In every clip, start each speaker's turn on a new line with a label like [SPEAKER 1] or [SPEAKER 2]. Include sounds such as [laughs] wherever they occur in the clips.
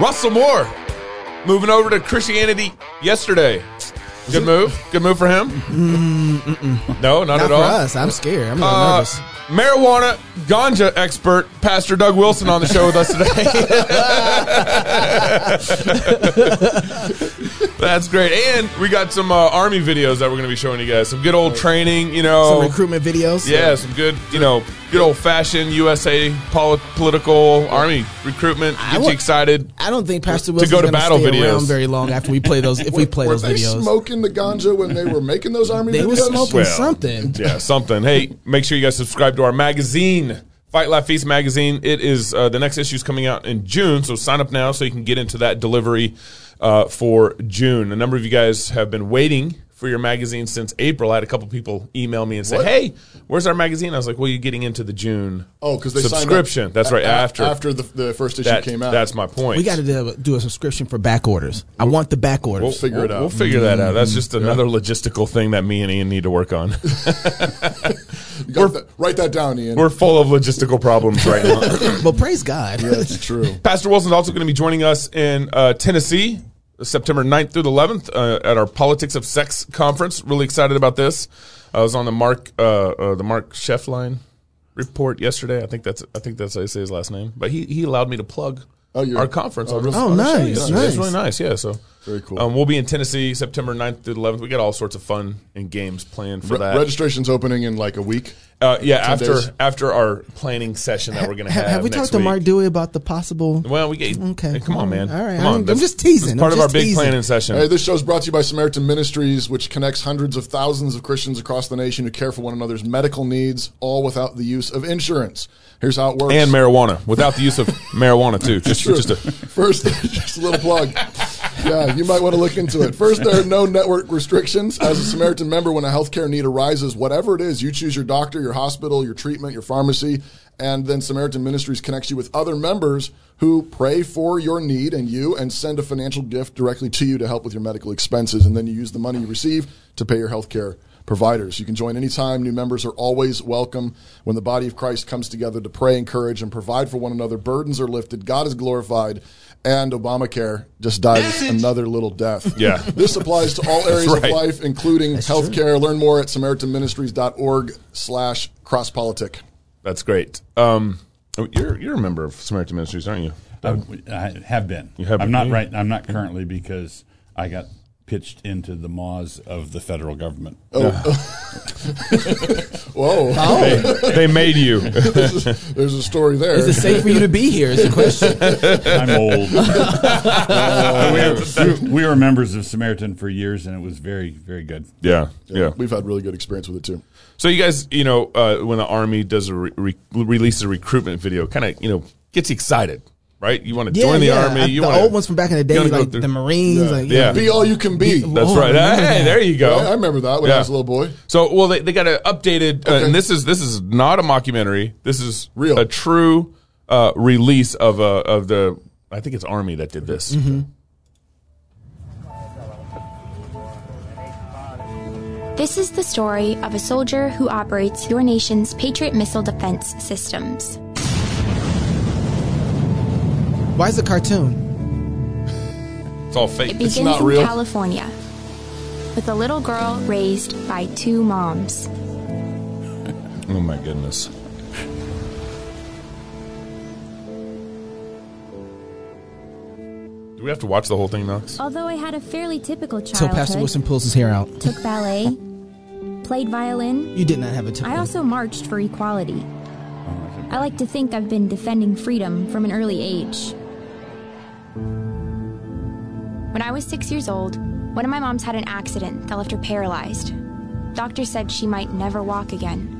[SPEAKER 1] Russell Moore moving over to Christianity yesterday. Good move. Good move for him. No, not,
[SPEAKER 2] Mm, Not
[SPEAKER 1] at
[SPEAKER 2] for
[SPEAKER 1] all.
[SPEAKER 2] us. I'm scared. I'm a little
[SPEAKER 1] Uh,
[SPEAKER 2] nervous.
[SPEAKER 1] marijuana ganja expert Pastor Doug Wilson on the show with us
[SPEAKER 2] [laughs]
[SPEAKER 1] today. That's great, and we got some uh, army videos that we're going to be showing you guys. Some good old training, you know.
[SPEAKER 2] Some recruitment videos.
[SPEAKER 1] oh, yeah, some good, you know, good old fashioned USA poli- political army recruitment. Get
[SPEAKER 2] wa-
[SPEAKER 1] you excited.
[SPEAKER 2] I don't think Pastor
[SPEAKER 1] To
[SPEAKER 2] Wilson's
[SPEAKER 1] go to
[SPEAKER 2] gonna
[SPEAKER 1] battle
[SPEAKER 2] stay
[SPEAKER 1] videos.
[SPEAKER 2] around very long after we play those. If we play
[SPEAKER 3] were
[SPEAKER 2] those
[SPEAKER 3] they
[SPEAKER 2] videos,
[SPEAKER 3] smoking the ganja when they were making those army
[SPEAKER 2] they were
[SPEAKER 3] videos?
[SPEAKER 2] smoking
[SPEAKER 1] Well,
[SPEAKER 2] something.
[SPEAKER 1] Yeah, something. Hey, make sure you guys subscribe to our magazine, Fight Laugh Feast magazine. It is uh, the next issue is coming out in June, so sign up now so you can get into that delivery uh, for June. A number of you guys have been waiting for your magazine since April. I had a couple people email me and say,
[SPEAKER 3] What?
[SPEAKER 1] "Hey, where's our magazine?" I was like, "Well, you're getting into the June
[SPEAKER 3] Oh, because they signed up
[SPEAKER 1] subscription. That's right
[SPEAKER 3] a- a-
[SPEAKER 1] after
[SPEAKER 3] after the, the first issue
[SPEAKER 1] that
[SPEAKER 3] came out.
[SPEAKER 1] That's my point.
[SPEAKER 2] We got to do, do a subscription for back orders. I want the back orders.
[SPEAKER 3] figure
[SPEAKER 1] we'll,
[SPEAKER 3] it out.
[SPEAKER 1] We'll figure that out. That's just another logistical thing that me and Ian need to work on. [laughs]
[SPEAKER 3] You got that- write that down, Ian.
[SPEAKER 1] We're full of logistical problems right now.
[SPEAKER 3] [laughs]
[SPEAKER 2] well, praise God.
[SPEAKER 1] [laughs]
[SPEAKER 3] That's true.
[SPEAKER 1] Pastor Wilson's also going to be joining us in uh, Tennessee, September 9th through the 11th uh, at our Politics of Sex conference. Really excited about this. I was on the Mark uh, uh, the Mark Sheffline report yesterday. I think that's I think that's how you say his last name. But he, he allowed me to plug
[SPEAKER 3] Oh, you're-
[SPEAKER 1] our conference.
[SPEAKER 3] oh,
[SPEAKER 1] I was-
[SPEAKER 3] really?
[SPEAKER 1] I was showing you.
[SPEAKER 2] nice,
[SPEAKER 1] Yeah,
[SPEAKER 2] nice.
[SPEAKER 1] It's really nice. Yeah. So
[SPEAKER 3] Very cool.
[SPEAKER 1] Um, we'll be in Tennessee September 9th through the 11th. We got all sorts of fun and games planned for
[SPEAKER 3] Re-
[SPEAKER 1] that.
[SPEAKER 3] registration's opening in like a week.
[SPEAKER 1] uh, yeah. After
[SPEAKER 3] days.
[SPEAKER 1] after our planning session that we're going to
[SPEAKER 2] [laughs]
[SPEAKER 1] have.
[SPEAKER 2] have, we
[SPEAKER 1] next
[SPEAKER 2] talked to
[SPEAKER 1] week.
[SPEAKER 2] Mark Dewey about the possible?
[SPEAKER 1] Well, we get
[SPEAKER 2] Okay,
[SPEAKER 1] Hey, come on, man.
[SPEAKER 2] all right. I'm-
[SPEAKER 1] Come on.
[SPEAKER 2] I'm
[SPEAKER 1] That's-
[SPEAKER 2] just teasing.
[SPEAKER 1] that's
[SPEAKER 2] I'm
[SPEAKER 1] Part of
[SPEAKER 2] just
[SPEAKER 1] our big
[SPEAKER 2] teasing.
[SPEAKER 1] planning session.
[SPEAKER 3] Hey, this show's brought to you by Samaritan Ministries, which connects hundreds of thousands of Christians across the nation who care for one another's medical needs, all without the use of insurance. Here's how it works.
[SPEAKER 1] and marijuana, without the use of [laughs] marijuana too. Just,
[SPEAKER 3] Sure.
[SPEAKER 1] just a,
[SPEAKER 3] First, [laughs] just a little plug. Yeah, you might want to look into it. First, there are no network restrictions. As a Samaritan member, when a healthcare need arises, whatever it is, you choose your doctor, your hospital, your treatment, your pharmacy, and then Samaritan Ministries connects you with other members who pray for your need and you and send a financial gift directly to you to help with your medical expenses. And then you use the money you receive to pay your healthcare providers. You can join anytime. New members are always welcome. When the body of Christ comes together to pray, encourage, and provide for one another, burdens are lifted, God is glorified, and Obamacare just dies another little death.
[SPEAKER 1] Yeah.
[SPEAKER 3] [laughs] This applies
[SPEAKER 1] [laughs]
[SPEAKER 3] to all areas
[SPEAKER 1] right.
[SPEAKER 3] of life, including healthcare. Learn more at SamaritanMinistries.org slash crosspolitic.
[SPEAKER 1] that's great. Um, oh, you're you're a member of Samaritan Ministries, aren't you? [laughs]
[SPEAKER 4] I, I have been.
[SPEAKER 1] You have
[SPEAKER 4] I'm
[SPEAKER 1] been,
[SPEAKER 4] not
[SPEAKER 1] yeah.
[SPEAKER 4] right. I'm not currently because I got pitched into the maws of the federal government.
[SPEAKER 3] Whoa.
[SPEAKER 1] They, they made
[SPEAKER 3] [laughs]
[SPEAKER 1] you. [laughs]
[SPEAKER 3] There's a story there.
[SPEAKER 2] Is it safe for you to be here? Is the question.
[SPEAKER 4] I'm old. we, were, we were members of Samaritan for years, and it was very, very good.
[SPEAKER 1] yeah, yeah.
[SPEAKER 3] We've had really good experience with it too.
[SPEAKER 1] So you guys, you know, uh, when the army does a re- re- release a recruitment video, kind of you know gets you excited, right? You want to [laughs] join the army.
[SPEAKER 2] I-
[SPEAKER 1] you
[SPEAKER 2] the
[SPEAKER 1] wanna-
[SPEAKER 2] old ones from back in the day,
[SPEAKER 1] you wanna go
[SPEAKER 2] like
[SPEAKER 1] through-
[SPEAKER 2] the Marines. Like,
[SPEAKER 1] Yeah.
[SPEAKER 3] Be all you can be.
[SPEAKER 1] That's
[SPEAKER 2] Oh, I
[SPEAKER 1] right.
[SPEAKER 2] remember
[SPEAKER 1] Hey,
[SPEAKER 2] that.
[SPEAKER 1] there you go.
[SPEAKER 3] I I remember that when
[SPEAKER 1] Yeah.
[SPEAKER 3] I was a little boy.
[SPEAKER 1] So, well, they, they got an updated, uh, and this is this is not a mockumentary. This is
[SPEAKER 3] Real.
[SPEAKER 1] a true uh, release of a of the. I think it's Army that did this.
[SPEAKER 2] Mm-hmm.
[SPEAKER 5] This is the story of a soldier who operates your nation's Patriot missile defense systems.
[SPEAKER 2] Why is the cartoon?
[SPEAKER 1] It's all fake.
[SPEAKER 5] It begins
[SPEAKER 3] not
[SPEAKER 5] in
[SPEAKER 3] real.
[SPEAKER 5] California with a little girl raised by two moms.
[SPEAKER 1] oh my goodness! Do we have to watch the whole thing, Knox?
[SPEAKER 5] Although I had a fairly typical
[SPEAKER 2] Till
[SPEAKER 5] childhood,
[SPEAKER 2] Pastor Wilson pulls his hair out.
[SPEAKER 5] took ballet, played violin,
[SPEAKER 2] You did not have a time.
[SPEAKER 5] I also marched for equality. I like to think I've been defending freedom from an early age. When I was six years old, one of my moms had an accident that left her paralyzed. Doctors said she might never walk again.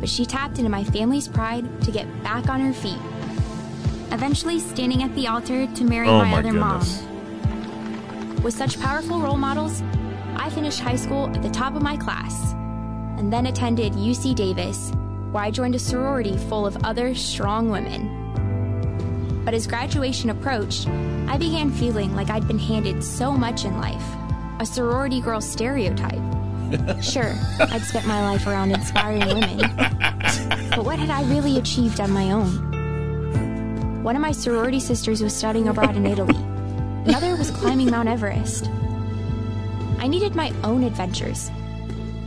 [SPEAKER 5] But she tapped into my family's pride to get back on her feet. Eventually, standing at the altar to marry
[SPEAKER 1] Oh
[SPEAKER 5] my,
[SPEAKER 1] my
[SPEAKER 5] other
[SPEAKER 1] goodness!
[SPEAKER 5] mom. With such powerful role models, I finished high school at the top of my class and then attended UC Davis, where I joined a sorority full of other strong women. But as graduation approached, I began feeling like I'd been handed so much in life a sorority girl stereotype. Sure, I'd spent my life around inspiring women, but what had I really achieved on my own? One of my sorority sisters was studying abroad in Italy, another was climbing Mount Everest. I needed my own adventures,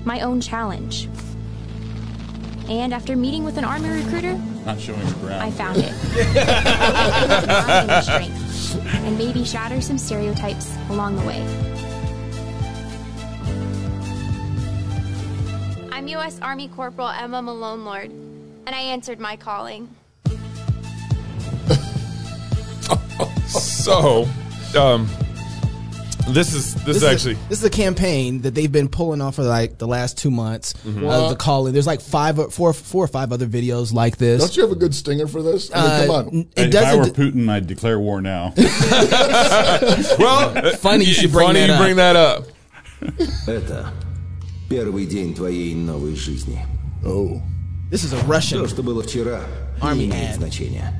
[SPEAKER 5] my own challenge. And after meeting with an army recruiter,
[SPEAKER 4] Not showing
[SPEAKER 5] I
[SPEAKER 4] ground.
[SPEAKER 5] found it. Combine your strengths and maybe shatter some stereotypes along the way.
[SPEAKER 6] I'm U.S. Army Corporal Emma Malone Lord, and I answered my calling.
[SPEAKER 1] So, um, this is this,
[SPEAKER 2] is
[SPEAKER 1] is
[SPEAKER 2] a-
[SPEAKER 1] actually
[SPEAKER 2] this is a campaign that they've been pulling off for like the last two months of the calling. There's like five, or- four, four or five other videos like this. Uh,
[SPEAKER 3] Don't you have a good stinger for this? I mean, come on.
[SPEAKER 2] It
[SPEAKER 4] if I were
[SPEAKER 2] doesn't.
[SPEAKER 4] Putin, I'd declare war now.
[SPEAKER 1] well.
[SPEAKER 2] [laughs] Funny
[SPEAKER 1] [laughs]
[SPEAKER 2] you should bring
[SPEAKER 1] funny
[SPEAKER 2] that
[SPEAKER 1] you
[SPEAKER 2] up.
[SPEAKER 1] bring that up.
[SPEAKER 7] Это первый день твоей новой жизни.
[SPEAKER 3] Oh.
[SPEAKER 2] This is a Russian.
[SPEAKER 7] То, что было вчера,
[SPEAKER 2] Army
[SPEAKER 7] не имеет
[SPEAKER 2] ad.
[SPEAKER 7] значения.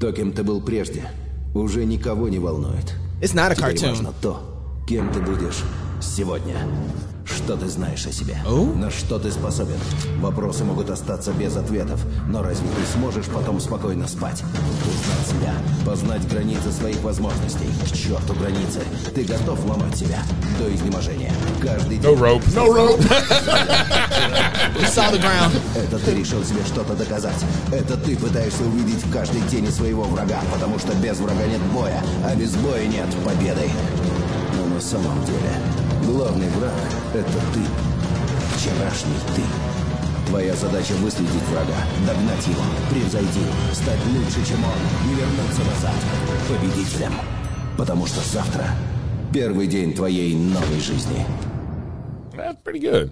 [SPEAKER 7] То, кем ты был прежде, уже никого не волнует.
[SPEAKER 2] It's not a
[SPEAKER 7] Теперь
[SPEAKER 2] cartoon.
[SPEAKER 7] важно то, кем ты будешь сегодня. Что ты знаешь о себе? На что ты способен? Вопросы могут остаться без ответов, но разве ты сможешь потом спокойно спать? Узнать себя, познать границы своих возможностей. К черту границы. Ты готов ломать себя до изнеможения. Каждый
[SPEAKER 1] No
[SPEAKER 7] день
[SPEAKER 1] rope.
[SPEAKER 3] No rope.
[SPEAKER 2] We saw the ground.
[SPEAKER 7] Это ты решил себе что-то доказать. Это ты пытаешься увидеть в каждой тени своего врага, потому что без врага нет боя, а без боя нет победы. Но на самом деле, главный враг — это ты. Вчерашний ты. Твоя задача выследить врага, догнать его, превзойти, стать лучше, чем он, и вернуться назад победителем. Потому что завтра первый день твоей новой жизни.
[SPEAKER 1] That's pretty good.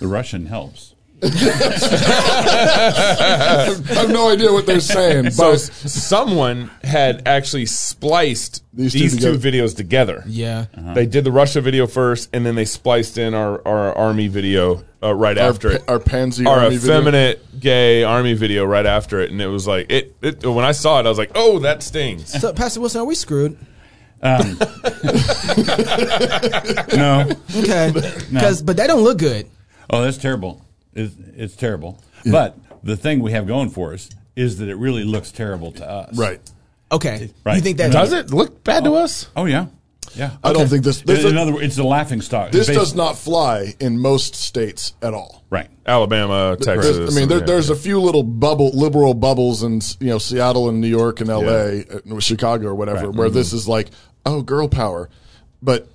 [SPEAKER 4] the Russian helps.
[SPEAKER 3] I have no idea what they're saying.
[SPEAKER 1] So
[SPEAKER 3] But
[SPEAKER 1] s- someone had actually spliced
[SPEAKER 3] These
[SPEAKER 1] these,
[SPEAKER 3] two
[SPEAKER 1] two,
[SPEAKER 3] together.
[SPEAKER 1] videos together.
[SPEAKER 3] [laughs]
[SPEAKER 2] Yeah.
[SPEAKER 4] Uh-huh.
[SPEAKER 1] They did the Russia video first, and then they spliced in our, our army video uh, right after
[SPEAKER 3] pa-
[SPEAKER 1] it.
[SPEAKER 3] our pansy
[SPEAKER 1] our
[SPEAKER 3] army video.
[SPEAKER 1] effeminate gay army video right after it, and it was like it, it. When I saw it, I was like, "Oh, that stings."
[SPEAKER 3] [laughs]
[SPEAKER 2] So, Pastor Wilson, are we screwed?
[SPEAKER 4] No.
[SPEAKER 3] [laughs]
[SPEAKER 2] Okay. Because, but they don't look good.
[SPEAKER 4] Oh, that's terrible. It's, it's terrible. But the thing we have going for us is that it really looks terrible to us.
[SPEAKER 3] right.
[SPEAKER 2] Okay.
[SPEAKER 4] Right.
[SPEAKER 2] You think that
[SPEAKER 4] Does
[SPEAKER 1] it look bad to us?
[SPEAKER 4] Oh, yeah. Yeah.
[SPEAKER 3] I don't think this. This,
[SPEAKER 4] in other words, it's a laughing stock.
[SPEAKER 3] this
[SPEAKER 4] Based-
[SPEAKER 3] does not fly in most states at all.
[SPEAKER 4] Right.
[SPEAKER 1] Alabama, Texas.
[SPEAKER 3] There's, I mean, there, there's a few little bubble, liberal bubbles in you know Seattle and New York and L.A., uh, Chicago or whatever,
[SPEAKER 4] Right. Mm-hmm.
[SPEAKER 3] where this is like, oh, girl power. But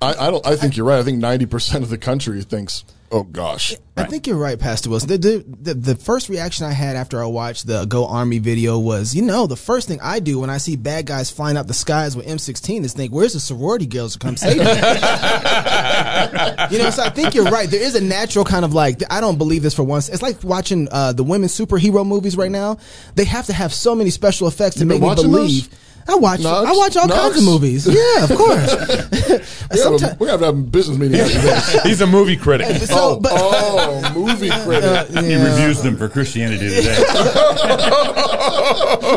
[SPEAKER 3] I, I don't. I think you're right. I think ninety percent of the country thinks, oh gosh,
[SPEAKER 2] I think you're right, Pastor Wilson. The, the, the, the first reaction I had after I watched the Go Army video was, you know, the first thing I do when I see bad guys flying out the skies with M16 is think, where's the sorority girls to come save
[SPEAKER 3] [laughs]
[SPEAKER 2] me? you know, so I think you're right. There is a natural kind of like, I don't believe this for once. It's like watching uh, the women's superhero movies right now. They have to have so many special effects to
[SPEAKER 3] You've been
[SPEAKER 2] make me
[SPEAKER 3] watching
[SPEAKER 2] believe.
[SPEAKER 3] those?
[SPEAKER 2] I watch,
[SPEAKER 3] Knox?
[SPEAKER 2] I watch all kinds of
[SPEAKER 3] Knox?
[SPEAKER 2] movies. Yeah, of
[SPEAKER 3] [laughs]
[SPEAKER 2] course.
[SPEAKER 3] we have, a,
[SPEAKER 2] Sometime-
[SPEAKER 3] we have to have a business
[SPEAKER 2] [laughs]
[SPEAKER 3] meeting after this.
[SPEAKER 1] [laughs] He's a movie
[SPEAKER 4] [laughs]
[SPEAKER 1] critic.
[SPEAKER 2] so,
[SPEAKER 3] oh,
[SPEAKER 2] but,
[SPEAKER 3] oh, movie critic.
[SPEAKER 2] [laughs] uh,
[SPEAKER 4] He
[SPEAKER 2] yeah.
[SPEAKER 4] reviews them for Christianity Today.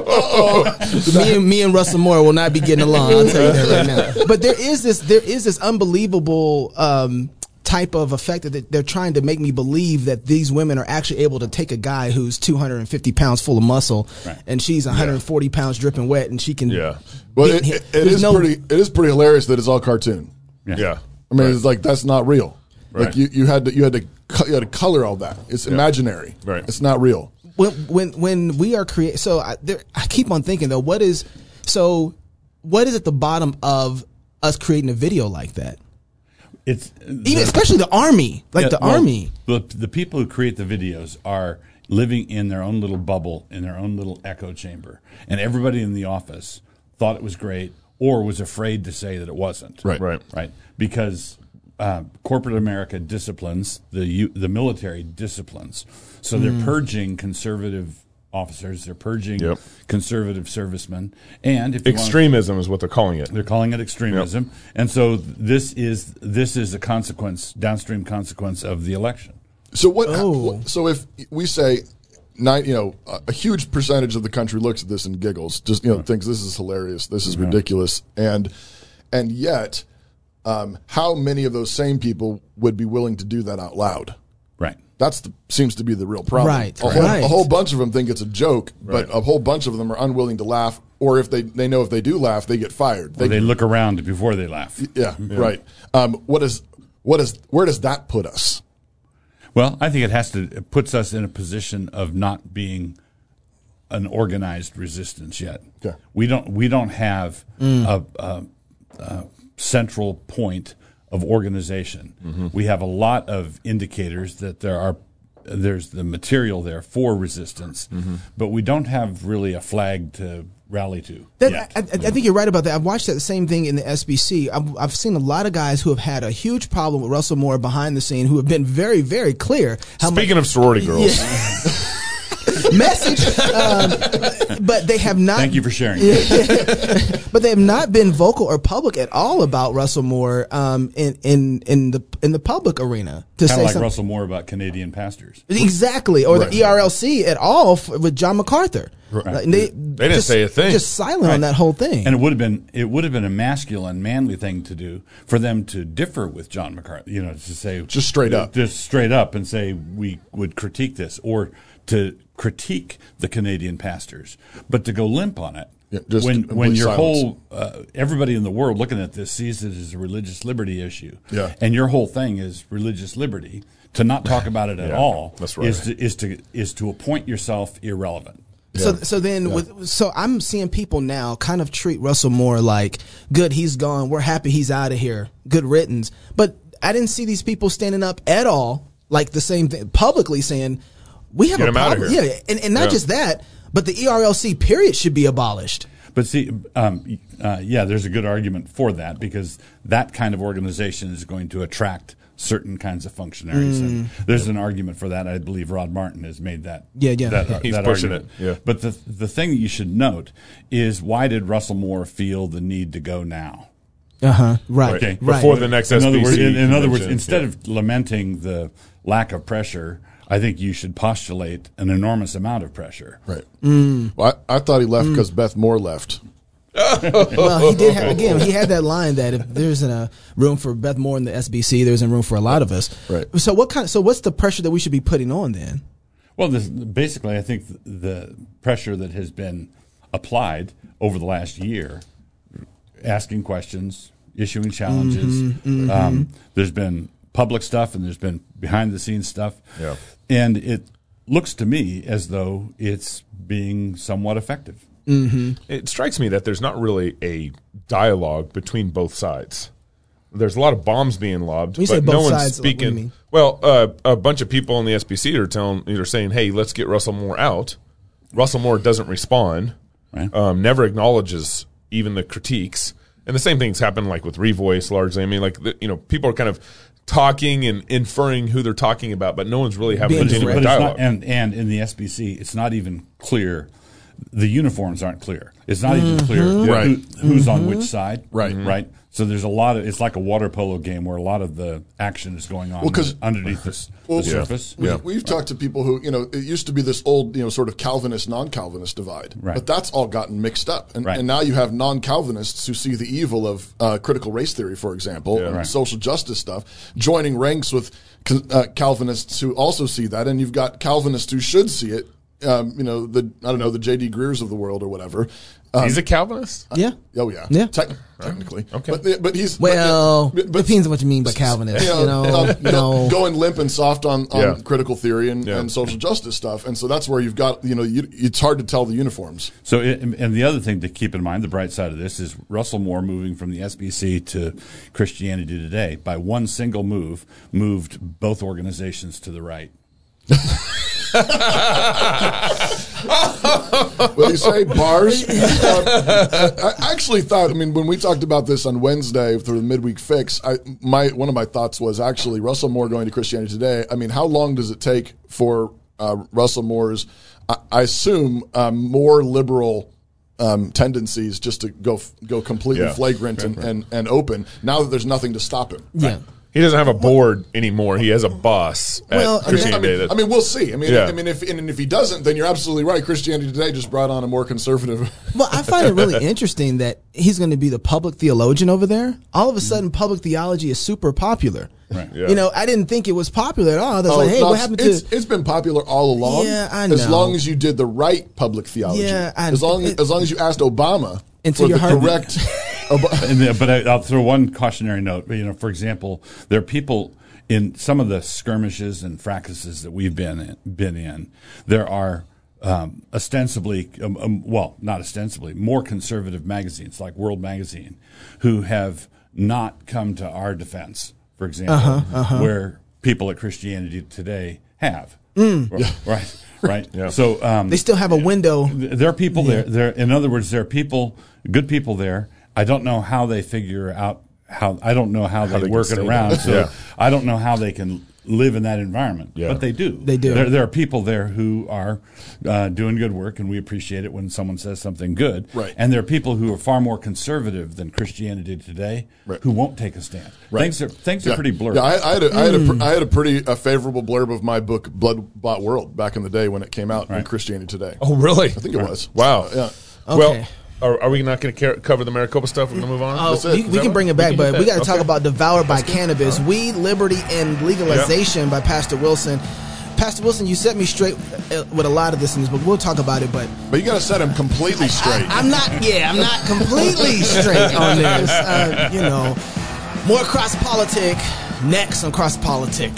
[SPEAKER 2] me and me and Russell Moore will not be getting along. I'll tell you that right
[SPEAKER 3] [laughs]
[SPEAKER 2] now. But there is this there is this unbelievable um, type of effect that they- they're trying to make me believe that these women are actually able to take a guy who's 250 pounds full of muscle and she's 140 pounds dripping wet and she can
[SPEAKER 1] Yeah.
[SPEAKER 3] Well,
[SPEAKER 2] beat
[SPEAKER 3] it,
[SPEAKER 2] him.
[SPEAKER 3] it- it
[SPEAKER 2] There's
[SPEAKER 3] is
[SPEAKER 2] no-
[SPEAKER 3] pretty. It is pretty hilarious that it's all cartoon.
[SPEAKER 1] yeah.
[SPEAKER 3] I mean, it's like that's not real. Like
[SPEAKER 1] Right.
[SPEAKER 3] you, you had to you had to co- you had to color all that. It's imaginary.
[SPEAKER 1] Right.
[SPEAKER 3] It's not real.
[SPEAKER 2] when when when we are create so I, there, I keep on thinking though what is so what is at the bottom of us creating a video like that
[SPEAKER 4] It's
[SPEAKER 2] even especially the army like the
[SPEAKER 4] well,
[SPEAKER 2] army
[SPEAKER 4] The, the people who create the videos are living in their own little bubble, in their own little echo chamber, and everybody in the office thought it was great or was afraid to say that it wasn't.
[SPEAKER 3] Right.
[SPEAKER 1] Right.
[SPEAKER 4] right, because uh, corporate America disciplines the U- the military disciplines, so they're purging conservative officers, they're purging
[SPEAKER 1] Yep.
[SPEAKER 4] conservative servicemen, and if you wanna-
[SPEAKER 1] Extremism is what they're calling it.
[SPEAKER 4] they're calling it extremism, and so th- this is this is a consequence, downstream consequence of the election.
[SPEAKER 3] So what?
[SPEAKER 2] Oh.
[SPEAKER 3] So if we say, nine, you know, a, a huge percentage of the country looks at this and giggles, just you know, thinks this is hilarious, this is ridiculous, and and yet, um, how many of those same people would be willing to do that out loud?
[SPEAKER 4] Right.
[SPEAKER 3] That's the, seems to be the real problem.
[SPEAKER 2] Right,
[SPEAKER 3] A whole,
[SPEAKER 2] right.
[SPEAKER 3] a whole bunch of them think it's a joke, but a whole bunch of them are unwilling to laugh. Or if they, they know if they do laugh, they get fired.
[SPEAKER 4] Or they look around before they laugh.
[SPEAKER 3] yeah, right. Um, what is what is where does that put us?
[SPEAKER 4] Well, I think it has to it puts us in a position of not being an organized resistance yet.
[SPEAKER 3] Okay.
[SPEAKER 4] We don't we don't have
[SPEAKER 2] Mm.
[SPEAKER 4] a, a, a central point of organization.
[SPEAKER 2] Mm-hmm.
[SPEAKER 4] We have a lot of indicators that there are there's the material there for resistance,
[SPEAKER 2] Mm-hmm.
[SPEAKER 4] but we don't have really a flag to rally to.
[SPEAKER 2] That,
[SPEAKER 4] yet.
[SPEAKER 2] I, I, I think you're right about that. I've watched that same thing in the SBC. I've, I've seen a lot of guys who have had a huge problem with Russell Moore behind the scene who have been very, very clear. How much-
[SPEAKER 1] Speaking of sorority girls,
[SPEAKER 2] message, um, but they have not.
[SPEAKER 4] Thank you for sharing.
[SPEAKER 2] but they have not been vocal or public at all about Russell Moore um, in in in the in the public arena to
[SPEAKER 4] Kind
[SPEAKER 2] say
[SPEAKER 4] of like
[SPEAKER 2] something.
[SPEAKER 4] Russell Moore about Canadian pastors.
[SPEAKER 2] Exactly, or
[SPEAKER 3] Right.
[SPEAKER 2] the E ERLC at all f- with John MacArthur. Like, they,
[SPEAKER 1] didn't say a thing.
[SPEAKER 2] Just silent on
[SPEAKER 4] Right.
[SPEAKER 2] that whole thing.
[SPEAKER 4] And it would have been it would have been a masculine, manly thing to do for them to differ with John McCarthy. You know, to say
[SPEAKER 3] Just straight up.
[SPEAKER 4] just straight up, and say we would critique this or to critique the Canadian pastors, but to go limp on it.
[SPEAKER 3] Yeah, just
[SPEAKER 4] when when
[SPEAKER 3] complete
[SPEAKER 4] your
[SPEAKER 3] silence.
[SPEAKER 4] whole uh, everybody in the world looking at this sees it as a religious liberty issue,
[SPEAKER 3] Yeah.
[SPEAKER 4] and your whole thing is religious liberty. To not talk about
[SPEAKER 3] [laughs]
[SPEAKER 4] it at all
[SPEAKER 1] that's right.
[SPEAKER 4] is to, is to is to appoint yourself irrelevant.
[SPEAKER 2] So so then with so I'm seeing people now kind of treat Russell Moore like good he's gone we're happy he's out of here good riddance but I didn't see these people standing up at all like the same thing publicly saying we have
[SPEAKER 1] Get
[SPEAKER 2] a
[SPEAKER 1] him outta
[SPEAKER 2] problem
[SPEAKER 1] here.
[SPEAKER 2] yeah and, and not
[SPEAKER 1] Yeah.
[SPEAKER 2] just that but the E ERLC period should be abolished
[SPEAKER 4] But see, um, uh, yeah, there's a good argument for that because that kind of organization is going to attract certain kinds of functionaries. And
[SPEAKER 1] Mm.
[SPEAKER 4] there's an argument for that. I believe Rod Martin has made that.
[SPEAKER 2] Yeah, yeah.
[SPEAKER 4] That, ar-
[SPEAKER 1] [laughs] He's
[SPEAKER 4] that
[SPEAKER 1] pushing
[SPEAKER 4] argument.
[SPEAKER 1] it, yeah.
[SPEAKER 4] But the the thing that you should note is why did Russell Moore feel the need to go now?
[SPEAKER 2] uh huh right
[SPEAKER 4] Okay.
[SPEAKER 2] right
[SPEAKER 1] before the next
[SPEAKER 4] in other
[SPEAKER 1] SBC
[SPEAKER 4] words, in, in other words,
[SPEAKER 1] convention.
[SPEAKER 4] instead of lamenting the lack of pressure, I think you should postulate an enormous amount of pressure.
[SPEAKER 3] Right.
[SPEAKER 2] Mm.
[SPEAKER 3] Well, I, I thought he left because Beth Moore left.
[SPEAKER 2] well he did
[SPEAKER 1] [laughs]
[SPEAKER 2] have, again he had that line that if there's a room for Beth Moore in the SBC there's a room for a lot of us
[SPEAKER 3] Right.
[SPEAKER 2] so what kind of, so what's the pressure that we should be putting on then
[SPEAKER 4] Well, this, basically, I think th- the pressure that has been applied over the last year, asking questions, issuing challenges. Um, there's been public stuff and there's been behind the scenes stuff.
[SPEAKER 1] Yeah.
[SPEAKER 4] And it looks to me as though it's being somewhat effective.
[SPEAKER 1] it strikes me that there's not really a dialogue between both sides. There's a lot of bombs being lobbed,
[SPEAKER 2] When you
[SPEAKER 1] but
[SPEAKER 2] say
[SPEAKER 1] no
[SPEAKER 2] both
[SPEAKER 1] one's
[SPEAKER 2] sides, what do you
[SPEAKER 1] speaking.
[SPEAKER 2] mean?
[SPEAKER 1] Well, uh, a bunch of people in the SBC are telling, are saying, "Hey, let's get Russell Moore out." Russell Moore doesn't respond,
[SPEAKER 4] Right.
[SPEAKER 1] um, never acknowledges even the critiques, and the same things happen like with Revoice largely. I mean, like the, you know, people are kind of talking and inferring who they're talking about, but no one's really having
[SPEAKER 2] Being
[SPEAKER 1] a genuine
[SPEAKER 4] but it's
[SPEAKER 1] dialogue.
[SPEAKER 4] not, and and in the SBC, it's not even clear. The uniforms aren't clear. It's not even clear
[SPEAKER 3] Right.
[SPEAKER 4] who, who's on which side.
[SPEAKER 3] Right.
[SPEAKER 4] Right. So there's a lot of it's like a water polo game where a lot of the action is going on
[SPEAKER 3] 'cause-
[SPEAKER 4] underneath the, s- the
[SPEAKER 3] [laughs] Well,
[SPEAKER 4] surface.
[SPEAKER 3] We, We've talked to people who, you know, it used to be this old, you know, sort of Calvinist, non Calvinist divide.
[SPEAKER 4] Right.
[SPEAKER 3] But that's all gotten mixed up. And,
[SPEAKER 4] Right.
[SPEAKER 3] and now you have non Calvinists who see the evil of uh, critical race theory, for example, and
[SPEAKER 4] Right.
[SPEAKER 3] social justice stuff, joining ranks with c- uh, Calvinists who also see that. And you've got Calvinists who should see it. Um, you know, the, I don't know, the J.D. Greers of the world or whatever. Um,
[SPEAKER 1] He's a Calvinist.
[SPEAKER 2] yeah
[SPEAKER 3] oh, yeah.
[SPEAKER 2] Yeah.
[SPEAKER 3] Tec- technically.
[SPEAKER 1] Okay.
[SPEAKER 3] But, the- but he's. but-
[SPEAKER 2] Well,
[SPEAKER 3] but- but-
[SPEAKER 2] depends on what you mean by
[SPEAKER 3] [laughs]
[SPEAKER 2] Calvinist. You know,
[SPEAKER 3] um, [laughs]
[SPEAKER 2] no.
[SPEAKER 3] going limp and soft on, on
[SPEAKER 1] Yeah.
[SPEAKER 3] critical theory and,
[SPEAKER 1] Yeah.
[SPEAKER 3] and social justice stuff, and so that's where you've got you know you, it's hard to tell the uniforms.
[SPEAKER 4] So, it, and the other thing to keep in mind, the bright side of this is Russell Moore moving from the SBC to Christianity Today by one single move moved both organizations to the right.
[SPEAKER 3] Will you
[SPEAKER 1] [laughs]
[SPEAKER 3] say bars? Um, I I actually thought. I mean, when we talked about this on Wednesday through the midweek fix, I, my one of my thoughts was actually Russell Moore going to Christianity Today. I mean, how long does it take for uh, Russell Moore's, I, I assume, um, more liberal um, tendencies just to go f- go completely
[SPEAKER 1] Yeah.
[SPEAKER 3] flagrant and, and and open now that there's nothing to stop him?
[SPEAKER 2] yeah.
[SPEAKER 1] He doesn't have a board anymore. He has a boss at
[SPEAKER 2] Well, I mean-
[SPEAKER 1] Christianity.
[SPEAKER 3] I mean,
[SPEAKER 1] That-
[SPEAKER 3] I mean, we'll see. I mean,
[SPEAKER 1] Yeah.
[SPEAKER 3] I mean, if and if he doesn't, then you're absolutely right. Christianity Today just brought on a more conservative.
[SPEAKER 2] Well, I find it really interesting that he's going to be the public theologian over there. All of a sudden, public theology is super popular.
[SPEAKER 4] Right.
[SPEAKER 1] Yeah.
[SPEAKER 2] You know, I didn't think it was popular at all. That's
[SPEAKER 3] Oh,
[SPEAKER 2] like, hey,
[SPEAKER 3] no,
[SPEAKER 2] what happened
[SPEAKER 3] it's,
[SPEAKER 2] to?
[SPEAKER 3] it's been popular all along.
[SPEAKER 2] Yeah, I
[SPEAKER 3] As
[SPEAKER 2] know.
[SPEAKER 3] long as you did the right public theology.
[SPEAKER 2] Yeah, I-
[SPEAKER 3] as long
[SPEAKER 2] it-
[SPEAKER 3] as long as you asked Obama
[SPEAKER 2] Into
[SPEAKER 3] for
[SPEAKER 2] your
[SPEAKER 3] the
[SPEAKER 2] heart.
[SPEAKER 1] [laughs]
[SPEAKER 3] correct. Ob-
[SPEAKER 4] [laughs] And the- but I, I'll throw one cautionary note. You know, for example, there are people in some of the skirmishes and fracases that we've been in, been in. There are um, ostensibly, um, um, well, not ostensibly, more conservative magazines like World Magazine, who have not come to our defense. For example, where people at Christianity Today have right, right, right. So um,
[SPEAKER 2] They still have a window.
[SPEAKER 4] there are people there. There, in other words, there are people, good people there. I don't know how they figure out how. I don't know how, they,
[SPEAKER 1] they can
[SPEAKER 4] work it
[SPEAKER 1] stay
[SPEAKER 4] around.
[SPEAKER 1] there.
[SPEAKER 4] So
[SPEAKER 1] Yeah.
[SPEAKER 4] I don't know how they can live in that environment.
[SPEAKER 1] Yeah.
[SPEAKER 4] But they do.
[SPEAKER 2] They do.
[SPEAKER 4] There, there are people there who are uh, doing good work, and we appreciate it when someone says something good.
[SPEAKER 3] Right.
[SPEAKER 4] And there are people who are far more conservative than Christianity today,
[SPEAKER 3] Right.
[SPEAKER 4] who won't take a stand.
[SPEAKER 3] Right.
[SPEAKER 4] Things are things
[SPEAKER 3] Yeah.
[SPEAKER 4] are pretty blurred.
[SPEAKER 3] Yeah, I, I had a, I had a,
[SPEAKER 2] Hmm.
[SPEAKER 3] pr- I had a pretty a favorable blurb of my book Blood Bought World back in the day when it came out in
[SPEAKER 4] Right.
[SPEAKER 3] Christianity Today.
[SPEAKER 1] oh, really? I
[SPEAKER 3] think it was.
[SPEAKER 1] Wow.
[SPEAKER 3] Yeah.
[SPEAKER 1] Well, are, are we not going to cover the Maricopa stuff? We're going to move on.
[SPEAKER 2] Oh,
[SPEAKER 1] That's it.
[SPEAKER 2] we,
[SPEAKER 1] Is
[SPEAKER 2] we
[SPEAKER 1] that
[SPEAKER 2] can
[SPEAKER 1] right?
[SPEAKER 2] bring it back,
[SPEAKER 1] We can
[SPEAKER 2] but
[SPEAKER 1] do
[SPEAKER 2] we
[SPEAKER 1] that.
[SPEAKER 2] got to talk
[SPEAKER 1] Okay.
[SPEAKER 2] about devoured by cannabis. We liberty and legalization by Pastor Wilson. Pastor Wilson, you set me straight uh, with a lot of this in this book. We'll talk about it, but
[SPEAKER 3] But you got to set him completely straight.
[SPEAKER 2] I, am not. Yeah, I'm not completely straight on this. Uh, you know, more cross politic next on cross politic.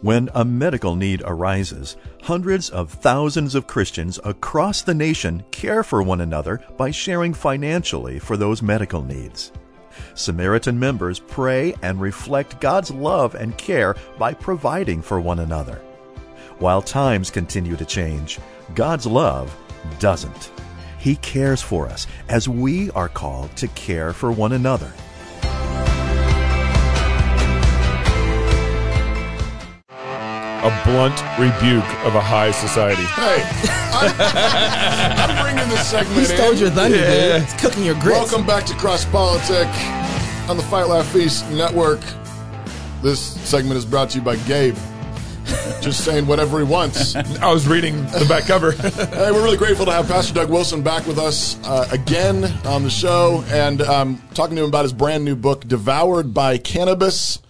[SPEAKER 8] When a medical need arises, hundreds of thousands of Christians across the nation care for one another by sharing financially for those medical needs. Samaritan members pray and reflect God's love and care by providing for one another. While times continue to change, God's love doesn't. He cares for us as we are called to care for one another.
[SPEAKER 1] a blunt rebuke of a high society.
[SPEAKER 3] hey, I'm, [laughs] I'm bringing this segment.
[SPEAKER 2] He
[SPEAKER 3] in.
[SPEAKER 2] stole your thunder, dude. It's cooking your grits.
[SPEAKER 3] Welcome back to Cross Politic on the Fight Laugh Feast Network. This segment is brought to you by Gabe. [laughs] Just saying whatever he wants.
[SPEAKER 1] I was reading the back cover.
[SPEAKER 3] Hey, we're really grateful to have Pastor Doug Wilson back with us uh, again on the show and um, talking to him about his brand new book, Devoured by Cannabis.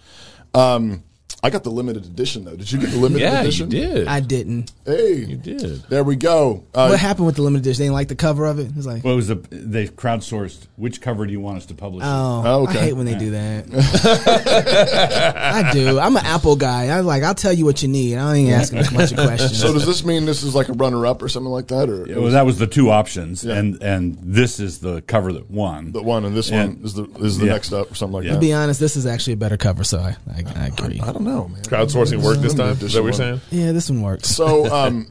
[SPEAKER 3] Um, I got the limited edition, though. Did you get the limited
[SPEAKER 9] Yeah, you
[SPEAKER 3] edition?
[SPEAKER 9] did.
[SPEAKER 2] I didn't.
[SPEAKER 3] Hey,
[SPEAKER 9] you did.
[SPEAKER 3] there we go. Uh,
[SPEAKER 2] What happened with the limited edition? They didn't like the cover of it. It's like,
[SPEAKER 4] Well, it was a, they crowdsourced. Which cover do you want us to publish?
[SPEAKER 2] oh,
[SPEAKER 3] okay.
[SPEAKER 2] I hate when they do [laughs] that. I do. I'm an Apple guy. I like. I'll tell you what you need. I ain't asking [laughs] a bunch of questions.
[SPEAKER 3] so does this mean this is like a runner-up or something like that? Or
[SPEAKER 4] Yeah, well, that was the two options,
[SPEAKER 3] Yeah.
[SPEAKER 4] and and this is the cover that won.
[SPEAKER 3] the one and this
[SPEAKER 4] Yeah.
[SPEAKER 3] one is the is the
[SPEAKER 4] Yeah.
[SPEAKER 3] next up or something like
[SPEAKER 4] Yeah.
[SPEAKER 2] to
[SPEAKER 3] that?
[SPEAKER 2] be honest, this is actually a better cover, so I, I, I agree.
[SPEAKER 3] I don't know, man.
[SPEAKER 1] [laughs] Crowdsourcing work this time. Is that what you're saying?
[SPEAKER 2] Yeah, this one works.
[SPEAKER 3] So, um,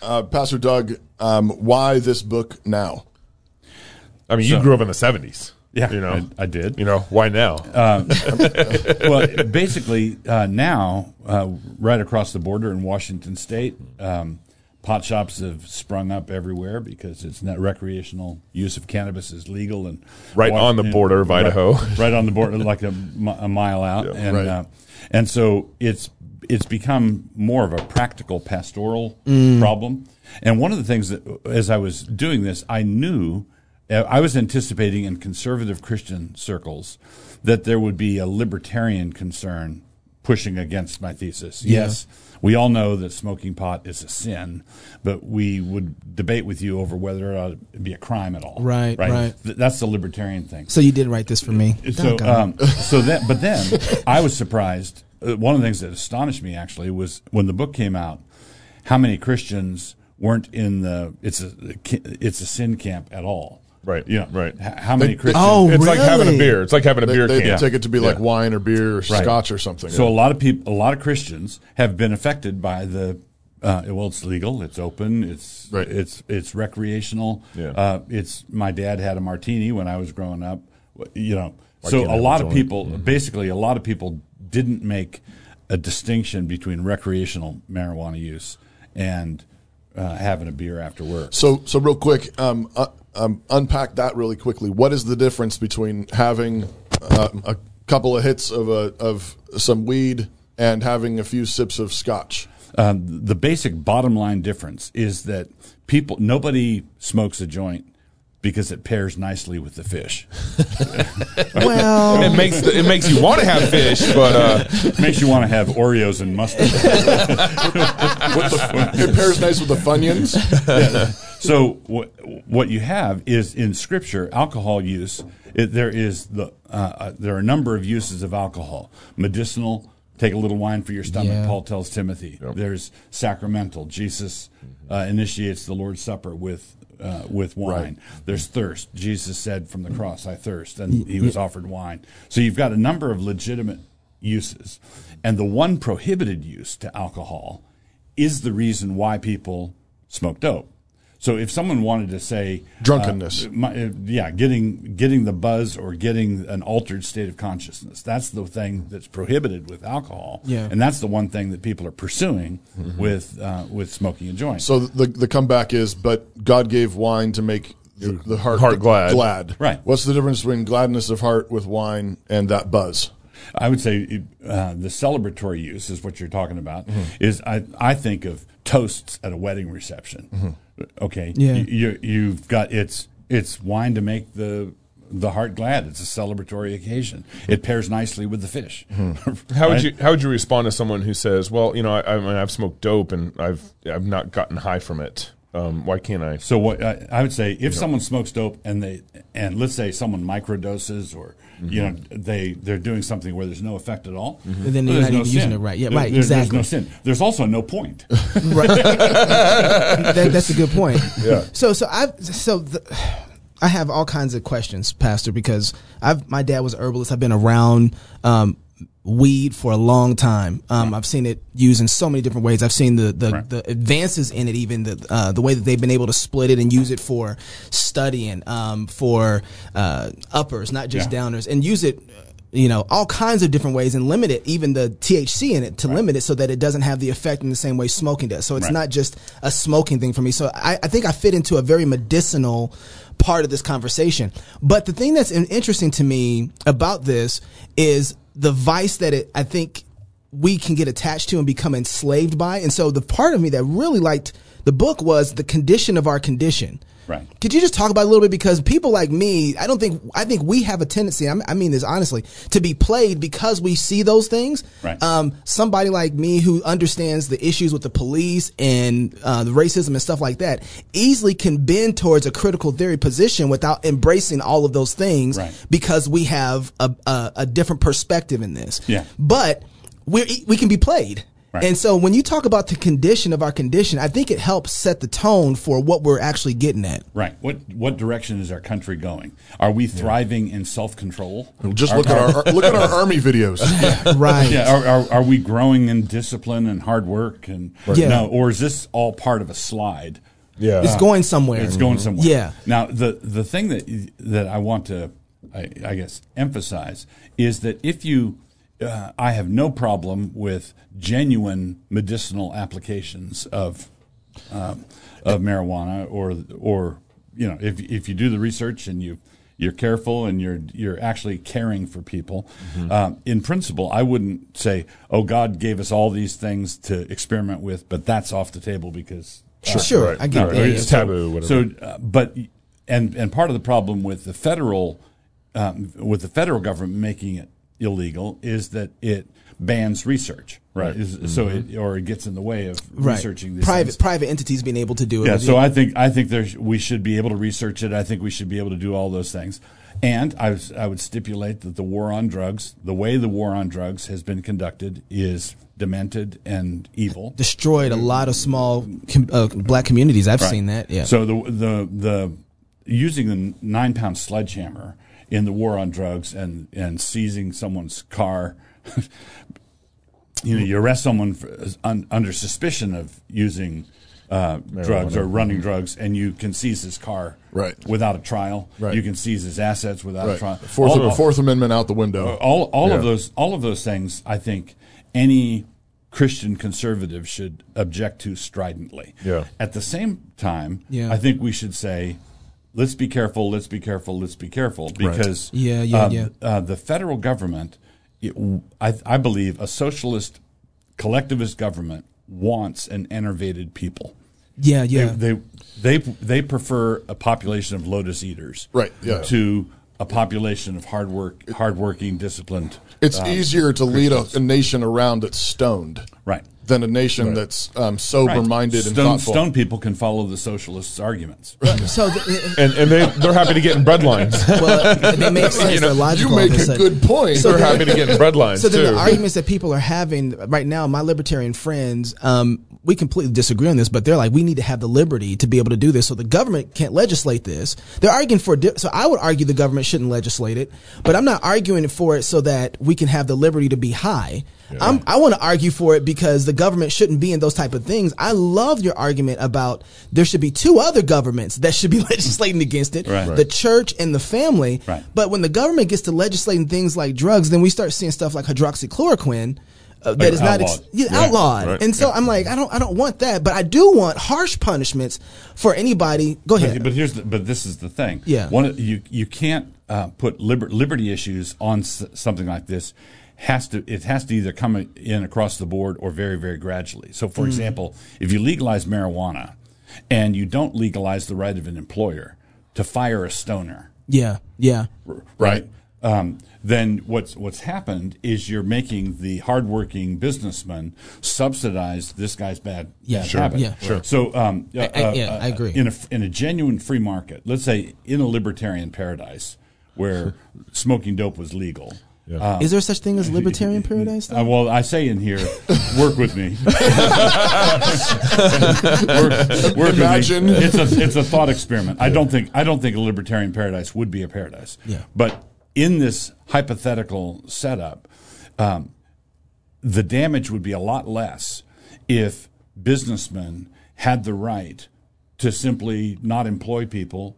[SPEAKER 3] uh, Pastor Doug, um, why this book now?
[SPEAKER 1] I mean, you grew up in the '70s.
[SPEAKER 4] Yeah,
[SPEAKER 1] you know,
[SPEAKER 4] I- I did.
[SPEAKER 1] You know, why now?
[SPEAKER 4] well, basically, uh, now uh, right across the border in Washington State, um, pot shops have sprung up everywhere because it's not recreational use of cannabis is legal and
[SPEAKER 1] Right on the border of
[SPEAKER 4] Right-
[SPEAKER 1] Idaho.
[SPEAKER 4] Right, on the border, like a, mi- a mile out,
[SPEAKER 1] Yeah,
[SPEAKER 4] and
[SPEAKER 1] right.
[SPEAKER 4] uh, and so it's it's become more of a practical pastoral problem. And one of the things that, as I was doing this, I knew uh, I was anticipating in conservative Christian circles that there would be a libertarian concern pushing against my thesis. Yes, we all know that smoking pot is a sin, but we would debate with you over whether it ought to be a crime at all.
[SPEAKER 2] Right, right.
[SPEAKER 4] Th- that's the libertarian thing.
[SPEAKER 2] So you did write this for me.
[SPEAKER 4] So,
[SPEAKER 2] Doggone it.
[SPEAKER 4] um, so that, but then I was surprised. Uh, One of the things that astonished me actually was when the book came out, how many Christians weren't in the it's a it's a sin camp at all.
[SPEAKER 1] Right,
[SPEAKER 4] You know,
[SPEAKER 1] right.
[SPEAKER 4] h- How many Christians?
[SPEAKER 2] Oh,
[SPEAKER 1] it's like having a
[SPEAKER 2] really?
[SPEAKER 1] beer. It's like having a
[SPEAKER 3] They,
[SPEAKER 1] beer
[SPEAKER 3] they
[SPEAKER 1] can.
[SPEAKER 3] take it to be like
[SPEAKER 4] Yeah.
[SPEAKER 3] wine or beer or
[SPEAKER 4] Right.
[SPEAKER 3] scotch or something.
[SPEAKER 4] So a lot of people, a lot of Christians have been affected by the. Uh, well, it's legal. It's open. It's
[SPEAKER 3] Right.
[SPEAKER 4] it's it's recreational.
[SPEAKER 1] Yeah.
[SPEAKER 4] Uh, it's my dad had a martini when I was growing up. You know, so
[SPEAKER 1] can't I
[SPEAKER 4] a
[SPEAKER 1] have
[SPEAKER 4] lot
[SPEAKER 1] a
[SPEAKER 4] of
[SPEAKER 1] joint?
[SPEAKER 4] people, basically, a lot of people didn't make a distinction between recreational marijuana use and uh, having a beer after work.
[SPEAKER 3] So, so real quick, um, uh, um, unpack that really quickly. What is the difference between having uh, a couple of hits of a of some weed and having a few sips of scotch.
[SPEAKER 4] um, the basic bottom line difference is that people nobody smokes a joint because it pairs nicely with the fish.
[SPEAKER 2] [laughs] Well,
[SPEAKER 1] It makes the, it makes you want to have fish, but [laughs] uh,
[SPEAKER 4] [laughs] Makes you want to have Oreos and mustard. [laughs]
[SPEAKER 3] [laughs] It pairs nice with the Funyuns.
[SPEAKER 4] so what what you have is in scripture alcohol use it, there is the uh, uh, there are a number of uses of alcohol medicinal take a little wine for your stomach
[SPEAKER 2] Yeah.
[SPEAKER 4] paul tells timothy there's sacramental jesus uh, initiates the lord's supper with uh, with wine there's thirst jesus said from the cross i thirst and he was offered wine so you've got a number of legitimate uses and the one prohibited use to alcohol is the reason why people smoke dope. So if someone wanted to say
[SPEAKER 3] Drunkenness.
[SPEAKER 4] uh, my, uh, yeah, getting getting the buzz or getting an altered state of consciousness, that's the thing that's prohibited with alcohol,
[SPEAKER 2] Yeah.
[SPEAKER 4] and that's the one thing that people are pursuing
[SPEAKER 1] Mm-hmm.
[SPEAKER 4] with uh, with smoking a joint.
[SPEAKER 3] So the the comeback is, but God gave wine to make the, the heart,
[SPEAKER 1] Heart glad.
[SPEAKER 4] Right.
[SPEAKER 3] What's the difference between gladness of heart with wine and that buzz?
[SPEAKER 4] I would say uh, the celebratory use is what you're talking about.
[SPEAKER 1] Mm-hmm.
[SPEAKER 4] Is I I think of toasts at a wedding reception.
[SPEAKER 1] Mm-hmm.
[SPEAKER 4] Okay,
[SPEAKER 2] Yeah.
[SPEAKER 4] you, you have got it's it's wine to make the the heart glad. It's a celebratory occasion. It pairs nicely with the fish. [laughs]
[SPEAKER 1] Mm-hmm. how would
[SPEAKER 4] Right?
[SPEAKER 1] you how would you respond to someone who says, "Well, you know, I, I mean, I've smoked dope and I've I've not gotten high from it. Um, why can't I?"
[SPEAKER 4] So what I, I would say, if someone smokes dope and they and let's say someone microdoses or you know they they're doing something where there's no effect at all,
[SPEAKER 2] And then you're
[SPEAKER 4] well, there's
[SPEAKER 2] not even using
[SPEAKER 4] sin.
[SPEAKER 2] it right. Yeah,
[SPEAKER 4] There-
[SPEAKER 2] right,
[SPEAKER 4] there-
[SPEAKER 2] exactly.
[SPEAKER 4] There's no sin. There's also no
[SPEAKER 2] [laughs]
[SPEAKER 4] point.
[SPEAKER 2] that, that's a good
[SPEAKER 4] [laughs]
[SPEAKER 2] point. Yeah. So so I so the, I have all kinds of questions, Pastor, because I've my dad was a herbalist. I've been around um, weed for a long time. Um, I've seen it used in so many different ways. I've seen the the,
[SPEAKER 4] Right.
[SPEAKER 2] the advances in it, even the uh, the way that they've been able to split it and use it for studying, um, for uh, uppers, not just
[SPEAKER 4] Yeah.
[SPEAKER 2] downers, and use it. You know, all kinds of different ways and limit it, even the THC in it, to limit it so that it doesn't have the effect in the same way smoking does. So it's
[SPEAKER 4] Right.
[SPEAKER 2] not just a smoking thing for me. So I, I think I fit into a very medicinal part of this conversation. But the thing that's in- interesting to me about this is the vice that it, I think we can get attached to and become enslaved by. And so the part of me that really liked the book was the condition of our condition.
[SPEAKER 4] Right.
[SPEAKER 2] Could you just talk about it a little bit because people like me, I don't think I think we have a tendency. I'm, I mean this honestly to be played because we see those things.
[SPEAKER 4] Right.
[SPEAKER 2] Um, somebody like me who understands the issues with the police and uh, the racism and stuff like that easily can bend towards a critical theory position without embracing all of those things
[SPEAKER 4] Right.
[SPEAKER 2] because we have a, a, a different perspective in this.
[SPEAKER 4] Yeah.
[SPEAKER 2] But we're, e, we can be played.
[SPEAKER 4] Right.
[SPEAKER 2] And so when you talk about the condition of our condition, I think it helps set the tone for what we're actually getting
[SPEAKER 4] [laughs]
[SPEAKER 2] at.
[SPEAKER 4] Right. What what direction is our country going? Are we thriving in self control?
[SPEAKER 3] Just look at our look at our army videos.
[SPEAKER 2] Right.
[SPEAKER 4] Yeah, are, are, are we growing in discipline and hard work and
[SPEAKER 2] Yeah.
[SPEAKER 4] no, or is this all part of a slide?
[SPEAKER 1] Yeah, Ah,
[SPEAKER 2] It's going somewhere.
[SPEAKER 4] It's going somewhere.
[SPEAKER 2] Yeah.
[SPEAKER 4] Now the the thing that that I want to I, I guess emphasize is that if you uh, I have no problem with genuine medicinal applications of um, of marijuana or or you know if if you do the research and you you're careful and you're you're actually caring for people.
[SPEAKER 2] Mm-hmm.
[SPEAKER 4] Um, in principle, I wouldn't say, "Oh, God gave us all these things to experiment with," but that's off the table because
[SPEAKER 2] Sure. Sure, I get that.
[SPEAKER 1] It's taboo. Whatever.
[SPEAKER 4] so, uh, but and and part of the problem with the federal um, with the federal government making it illegal is that it bans research, right? Is, So
[SPEAKER 1] Mm-hmm.
[SPEAKER 4] it or it gets in the way of
[SPEAKER 2] Right.
[SPEAKER 4] researching these
[SPEAKER 2] private
[SPEAKER 4] things.
[SPEAKER 2] private entities being able to do it.
[SPEAKER 4] Yeah, so I think I think there's we should be able to research it. I think we should be able to do all those things. And I was, I would stipulate that the war on drugs, the way the war on drugs has been conducted, is demented and evil.
[SPEAKER 2] destroyed a
[SPEAKER 3] Mm-hmm.
[SPEAKER 2] lot of small com- uh, black communities. I've seen that. Yeah.
[SPEAKER 4] So the the the using the nine pound sledgehammer in the war on drugs and and seizing someone's car. [laughs] You know, you arrest someone for, un, under suspicion of using uh, drugs or running drugs, and you can seize his car
[SPEAKER 3] Right.
[SPEAKER 4] without a trial.
[SPEAKER 3] Right.
[SPEAKER 4] You can seize his assets without a
[SPEAKER 3] Right.
[SPEAKER 4] trial.
[SPEAKER 3] Fourth,
[SPEAKER 4] All-
[SPEAKER 3] Fourth Amendment out the window.
[SPEAKER 1] Uh,
[SPEAKER 4] all all of
[SPEAKER 1] Yeah.
[SPEAKER 4] those all of those things I think any Christian conservative should object to stridently.
[SPEAKER 1] Yeah.
[SPEAKER 4] At the same time,
[SPEAKER 2] Yeah.
[SPEAKER 4] I think we should say let's be careful, let's be careful, let's be careful, because
[SPEAKER 2] Yeah, yeah,
[SPEAKER 4] um,
[SPEAKER 2] yeah.
[SPEAKER 4] Uh, the federal government, it- I, I believe, a socialist collectivist government wants an enervated people.
[SPEAKER 2] Yeah, yeah.
[SPEAKER 4] They, they they they prefer a population of lotus eaters,
[SPEAKER 3] Right, yeah.
[SPEAKER 4] to a population of hard work, hardworking, disciplined,
[SPEAKER 3] It's easier to lead a, a nation around that's stoned
[SPEAKER 4] right.
[SPEAKER 3] than a nation that's um, sober-minded and
[SPEAKER 4] Stone,
[SPEAKER 3] thoughtful.
[SPEAKER 4] stone people can follow the socialists' arguments.
[SPEAKER 2] so th-
[SPEAKER 1] and and they they're happy to get in
[SPEAKER 3] [laughs]
[SPEAKER 1] bread lines.
[SPEAKER 2] well, they make sense.
[SPEAKER 3] You
[SPEAKER 2] They're
[SPEAKER 3] know,
[SPEAKER 2] logical.
[SPEAKER 3] you
[SPEAKER 2] all
[SPEAKER 3] make
[SPEAKER 2] of
[SPEAKER 3] a
[SPEAKER 2] sudden.
[SPEAKER 3] good point.
[SPEAKER 1] they're happy to get in bread lines
[SPEAKER 2] So
[SPEAKER 1] too.
[SPEAKER 2] then the arguments that people are having right now, my libertarian friends, um, we completely disagree on this, but they're like, we need to have the liberty to be able to do this. So the government can't legislate this. They're arguing for, di- so I would argue the government shouldn't legislate it, but I'm not arguing for it so that we can have the liberty to be high. I'm, I want to argue for it because the government shouldn't be in those type of things. I love your argument about there should be two other governments that should be [laughs] legislating against it,
[SPEAKER 4] Right.
[SPEAKER 2] the church and the family.
[SPEAKER 4] Right.
[SPEAKER 2] But when the government gets to legislating things like drugs, then we start seeing stuff like hydroxychloroquine uh, that is not ex-
[SPEAKER 4] Outlawed.
[SPEAKER 2] yeah,
[SPEAKER 4] Right,
[SPEAKER 2] outlawed.
[SPEAKER 1] right.
[SPEAKER 2] And so I'm like, I don't, I don't want that, but I do want harsh punishments for anybody. Go
[SPEAKER 4] But,
[SPEAKER 2] ahead.
[SPEAKER 4] but here's the, but this is the thing.
[SPEAKER 2] Yeah.
[SPEAKER 4] one of- you you can't uh, put liber- liberty issues on s- something like this. Has to it has to either come in across the board or very very gradually. So,
[SPEAKER 3] Mm.
[SPEAKER 4] for example, if you legalize marijuana and you don't legalize the right of an employer to fire a stoner,
[SPEAKER 2] yeah, yeah,
[SPEAKER 4] right? Um, then what's what's happened is you're making the hardworking businessman subsidize this guy's bad,
[SPEAKER 2] Yeah,
[SPEAKER 4] bad
[SPEAKER 2] sure,
[SPEAKER 4] habit.
[SPEAKER 2] yeah. Sure.
[SPEAKER 4] So um, I,
[SPEAKER 2] I- yeah, I agree.
[SPEAKER 4] In a in a genuine free market, let's say in a libertarian paradise
[SPEAKER 2] [laughs]
[SPEAKER 4] where smoking dope was legal.
[SPEAKER 2] Is there such thing as libertarian paradise?
[SPEAKER 4] Uh, well, I say in here, work with me. work, work
[SPEAKER 3] Imagine.
[SPEAKER 4] With me. It's a it's a thought experiment. I don't think I don't think a libertarian paradise would be a paradise.
[SPEAKER 2] Yeah.
[SPEAKER 4] But in this hypothetical setup, um, the damage would be a lot less if businessmen had the right to simply not employ people,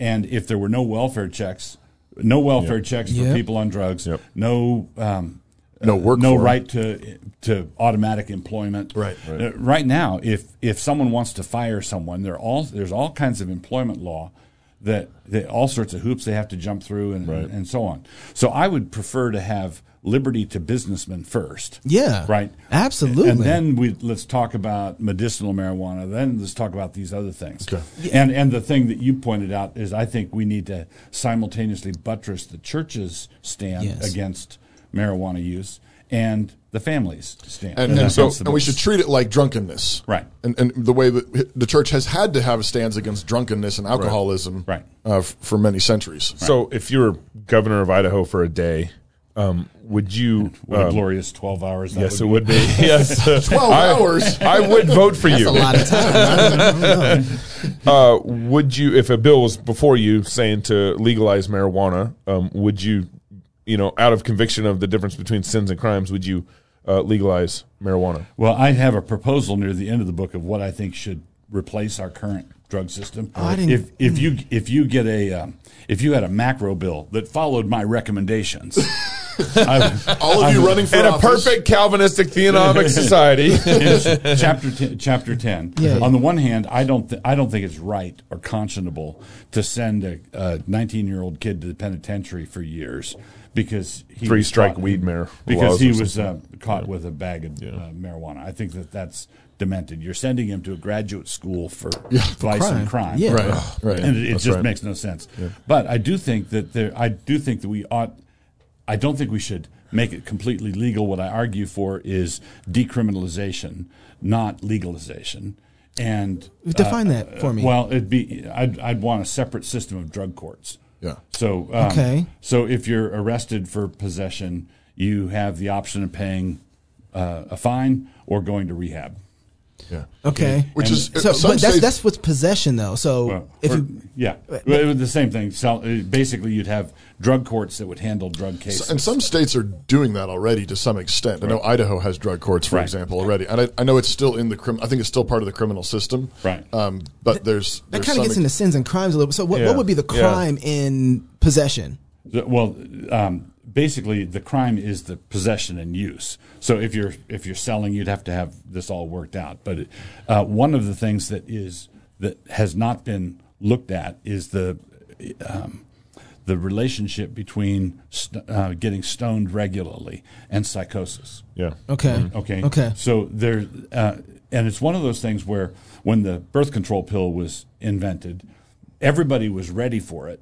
[SPEAKER 4] and if there were no welfare checks, no welfare checks for
[SPEAKER 2] Yep.
[SPEAKER 4] people on drugs,
[SPEAKER 1] Yep.
[SPEAKER 4] no. Um,
[SPEAKER 3] No work
[SPEAKER 4] no
[SPEAKER 3] for 'em.
[SPEAKER 4] right to to automatic employment.
[SPEAKER 3] Right.
[SPEAKER 4] Right. right now, if if someone wants to fire someone, there are all there's all kinds of employment law that, that all sorts of hoops they have to jump through and and so on. So I would prefer to have liberty to businessmen first.
[SPEAKER 2] Yeah.
[SPEAKER 4] Right.
[SPEAKER 2] Absolutely.
[SPEAKER 4] And then we let's talk about medicinal marijuana. Then let's talk about these other things. And and the thing that you pointed out is I think we need to simultaneously buttress the church's stand
[SPEAKER 2] Yes.
[SPEAKER 4] against marijuana use and the family's stand.
[SPEAKER 3] and, and so
[SPEAKER 4] against the
[SPEAKER 3] and we
[SPEAKER 4] bills.
[SPEAKER 3] should treat it like drunkenness,
[SPEAKER 4] Right.
[SPEAKER 3] And, and the way that the church has had to have a stance against drunkenness and alcoholism,
[SPEAKER 4] Right.
[SPEAKER 3] uh, f- for many centuries.
[SPEAKER 1] So if you were governor of Idaho for a day, um, would you?
[SPEAKER 4] what a
[SPEAKER 1] um,
[SPEAKER 4] glorious twelve hours. that
[SPEAKER 1] yes, it
[SPEAKER 4] be.
[SPEAKER 1] would be. [laughs] yes,
[SPEAKER 3] Twelve
[SPEAKER 1] I,
[SPEAKER 3] hours.
[SPEAKER 1] I would vote for
[SPEAKER 2] a
[SPEAKER 1] you.
[SPEAKER 2] lot of
[SPEAKER 4] [laughs]
[SPEAKER 2] time.
[SPEAKER 1] Uh, would you, if a bill was before you saying to legalize marijuana, um, would you, you know, out of conviction of the difference between sins and crimes, would you uh, legalize marijuana?
[SPEAKER 4] Well, I have a proposal near the end of the book of what I think should replace our current drug system.
[SPEAKER 2] I didn't- Mm.
[SPEAKER 4] if if you if you get a um, if you had a macro bill that followed my
[SPEAKER 2] [laughs]
[SPEAKER 4] recommendations, I,
[SPEAKER 3] All of you running for
[SPEAKER 1] In a
[SPEAKER 3] office.
[SPEAKER 1] perfect Calvinistic theonomic society, [laughs]
[SPEAKER 4] in chapter ten, chapter ten.
[SPEAKER 2] Yeah.
[SPEAKER 4] On the one hand, I don't th- I don't think it's right or conscionable to send a- a 19 year old kid to the penitentiary for years because he
[SPEAKER 1] Three
[SPEAKER 4] was
[SPEAKER 1] strike
[SPEAKER 4] caught-
[SPEAKER 1] weed mare
[SPEAKER 4] because
[SPEAKER 1] laws
[SPEAKER 4] he
[SPEAKER 1] or
[SPEAKER 4] was uh, caught with a bag of uh, marijuana. I think that that's demented. You're sending him to a graduate school for vice
[SPEAKER 2] crime.
[SPEAKER 4] and crime.
[SPEAKER 2] Yeah.
[SPEAKER 3] Right, right.
[SPEAKER 4] And it, it
[SPEAKER 1] That's
[SPEAKER 4] just
[SPEAKER 1] right.
[SPEAKER 4] makes no sense. But I do think that there. I do think that we ought. I don't think we should make it completely legal. What I argue for is decriminalization, not legalization. And uh,
[SPEAKER 2] Define that for me.
[SPEAKER 4] well, it'd be I'd, I'd want a separate system of drug courts.
[SPEAKER 3] Yeah.
[SPEAKER 4] So um,
[SPEAKER 2] Okay.
[SPEAKER 4] So if you're arrested for possession, you have the option of paying uh, a fine or going to rehab.
[SPEAKER 3] yeah.
[SPEAKER 2] okay.
[SPEAKER 3] Which is uh,
[SPEAKER 2] So,
[SPEAKER 3] some
[SPEAKER 2] but that's,
[SPEAKER 3] states-
[SPEAKER 2] that's what's possession though. So
[SPEAKER 4] Well,
[SPEAKER 2] if
[SPEAKER 4] or-
[SPEAKER 2] you,
[SPEAKER 4] yeah, well, it was the same thing. So uh, basically, you'd have drug courts that would handle drug cases.
[SPEAKER 3] And some states are doing that already to some extent. I know Idaho has drug courts, for
[SPEAKER 4] Right.
[SPEAKER 3] example, already, and I, I know it's still in the crim. I think it's still part of the criminal system,
[SPEAKER 4] Right.
[SPEAKER 3] Um, but there's
[SPEAKER 2] that
[SPEAKER 3] there's
[SPEAKER 2] kind of
[SPEAKER 3] some
[SPEAKER 2] gets
[SPEAKER 3] ex-
[SPEAKER 2] into sins and crimes a little bit. So what,
[SPEAKER 1] Yeah.
[SPEAKER 2] what would be the
[SPEAKER 1] Yeah.
[SPEAKER 2] crime in possession?
[SPEAKER 4] The- well, um, basically, the crime is the possession and use. So if you're if you're selling, you'd have to have this all worked out. But uh, one of the things that is that has not been looked at is the um, the relationship between st- uh, getting stoned regularly and psychosis.
[SPEAKER 1] Yeah.
[SPEAKER 2] Okay.
[SPEAKER 4] Mm-hmm. Okay.
[SPEAKER 2] Okay.
[SPEAKER 4] So there, uh, and it's one of those things where when the birth control pill was invented, everybody was ready for it,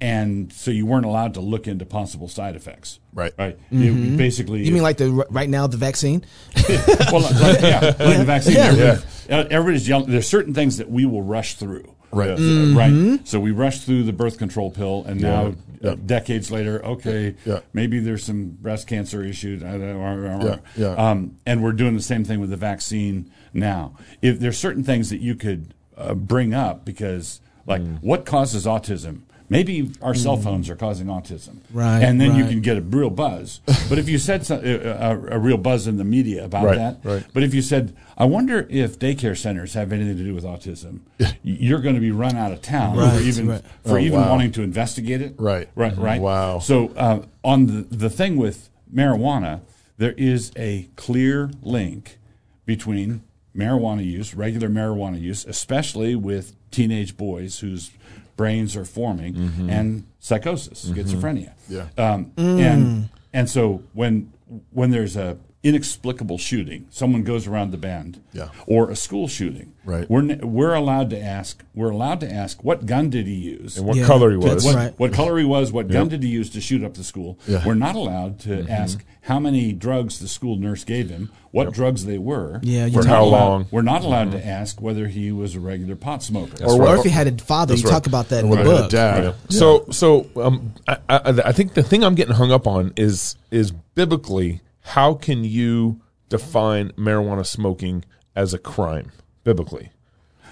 [SPEAKER 4] and so you weren't allowed to look into possible side effects.
[SPEAKER 3] Right.
[SPEAKER 4] Right. It basically,
[SPEAKER 2] Mm-hmm. You mean like the right now the vaccine?
[SPEAKER 4] [laughs] well, like- like- yeah, like the vaccine.
[SPEAKER 2] Yeah.
[SPEAKER 4] everybody- uh, Everybody's yelling. There's certain things that we will rush through.
[SPEAKER 3] Right.
[SPEAKER 4] Uh, Right. So we rushed through the birth control pill, and now uh, decades later, okay,
[SPEAKER 3] Yeah.
[SPEAKER 4] maybe there's some breast cancer issues. I don't know,
[SPEAKER 3] Yeah, yeah.
[SPEAKER 4] Um, and we're doing the same thing with the vaccine now. If there's certain things that you could uh, bring up, because like what causes autism? Maybe our cell phones are causing autism,
[SPEAKER 2] Right,
[SPEAKER 4] And then you
[SPEAKER 2] right.
[SPEAKER 4] can get a real
[SPEAKER 3] [laughs]
[SPEAKER 4] buzz. But if you said some, a, a, a real buzz in the media about
[SPEAKER 3] Right,
[SPEAKER 4] that,
[SPEAKER 3] right.
[SPEAKER 4] but if you said, I wonder if daycare centers have anything to do with
[SPEAKER 3] [laughs]
[SPEAKER 4] autism, you're going to be run out of town
[SPEAKER 2] Right,
[SPEAKER 4] for even,
[SPEAKER 2] right.
[SPEAKER 4] for
[SPEAKER 3] Oh,
[SPEAKER 4] even
[SPEAKER 3] wow.
[SPEAKER 4] wanting to investigate it.
[SPEAKER 3] Right. Mm-hmm.
[SPEAKER 4] Right. Right.
[SPEAKER 3] Wow.
[SPEAKER 4] So uh, on the, the thing with marijuana, there is a clear link between marijuana use, regular marijuana use, especially with teenage boys whose brains are forming, and psychosis, schizophrenia.
[SPEAKER 3] Mm-hmm. Yeah.
[SPEAKER 4] Um, And and so when when there's a inexplicable shooting, someone goes around the bend,
[SPEAKER 3] Yeah.
[SPEAKER 4] or a school shooting,
[SPEAKER 3] Right.
[SPEAKER 4] We're ne- we're allowed to ask. We're allowed to ask what gun did he use?
[SPEAKER 1] And what
[SPEAKER 2] Yeah.
[SPEAKER 1] color he
[SPEAKER 2] That's
[SPEAKER 1] was.
[SPEAKER 4] what,
[SPEAKER 2] right.
[SPEAKER 4] what color he was, what gun did he use to shoot up the school.
[SPEAKER 3] Yeah.
[SPEAKER 4] We're not allowed to
[SPEAKER 1] Mm-hmm.
[SPEAKER 4] ask how many drugs the school nurse gave him, what drugs they were,
[SPEAKER 2] Yeah, you
[SPEAKER 4] We're
[SPEAKER 2] For
[SPEAKER 4] not
[SPEAKER 1] how
[SPEAKER 4] allowed-
[SPEAKER 1] long. Mm-hmm.
[SPEAKER 4] We're not allowed to ask whether he was a regular pot smoker.
[SPEAKER 2] Or,
[SPEAKER 3] right.
[SPEAKER 2] if you had a father, you
[SPEAKER 3] That's right.
[SPEAKER 2] talk about that in
[SPEAKER 3] And
[SPEAKER 2] the
[SPEAKER 3] what about
[SPEAKER 2] book.
[SPEAKER 3] dad?
[SPEAKER 1] So so um, I, I, I think the thing I'm getting hung up on is is biblically how can you define marijuana smoking as a crime biblically?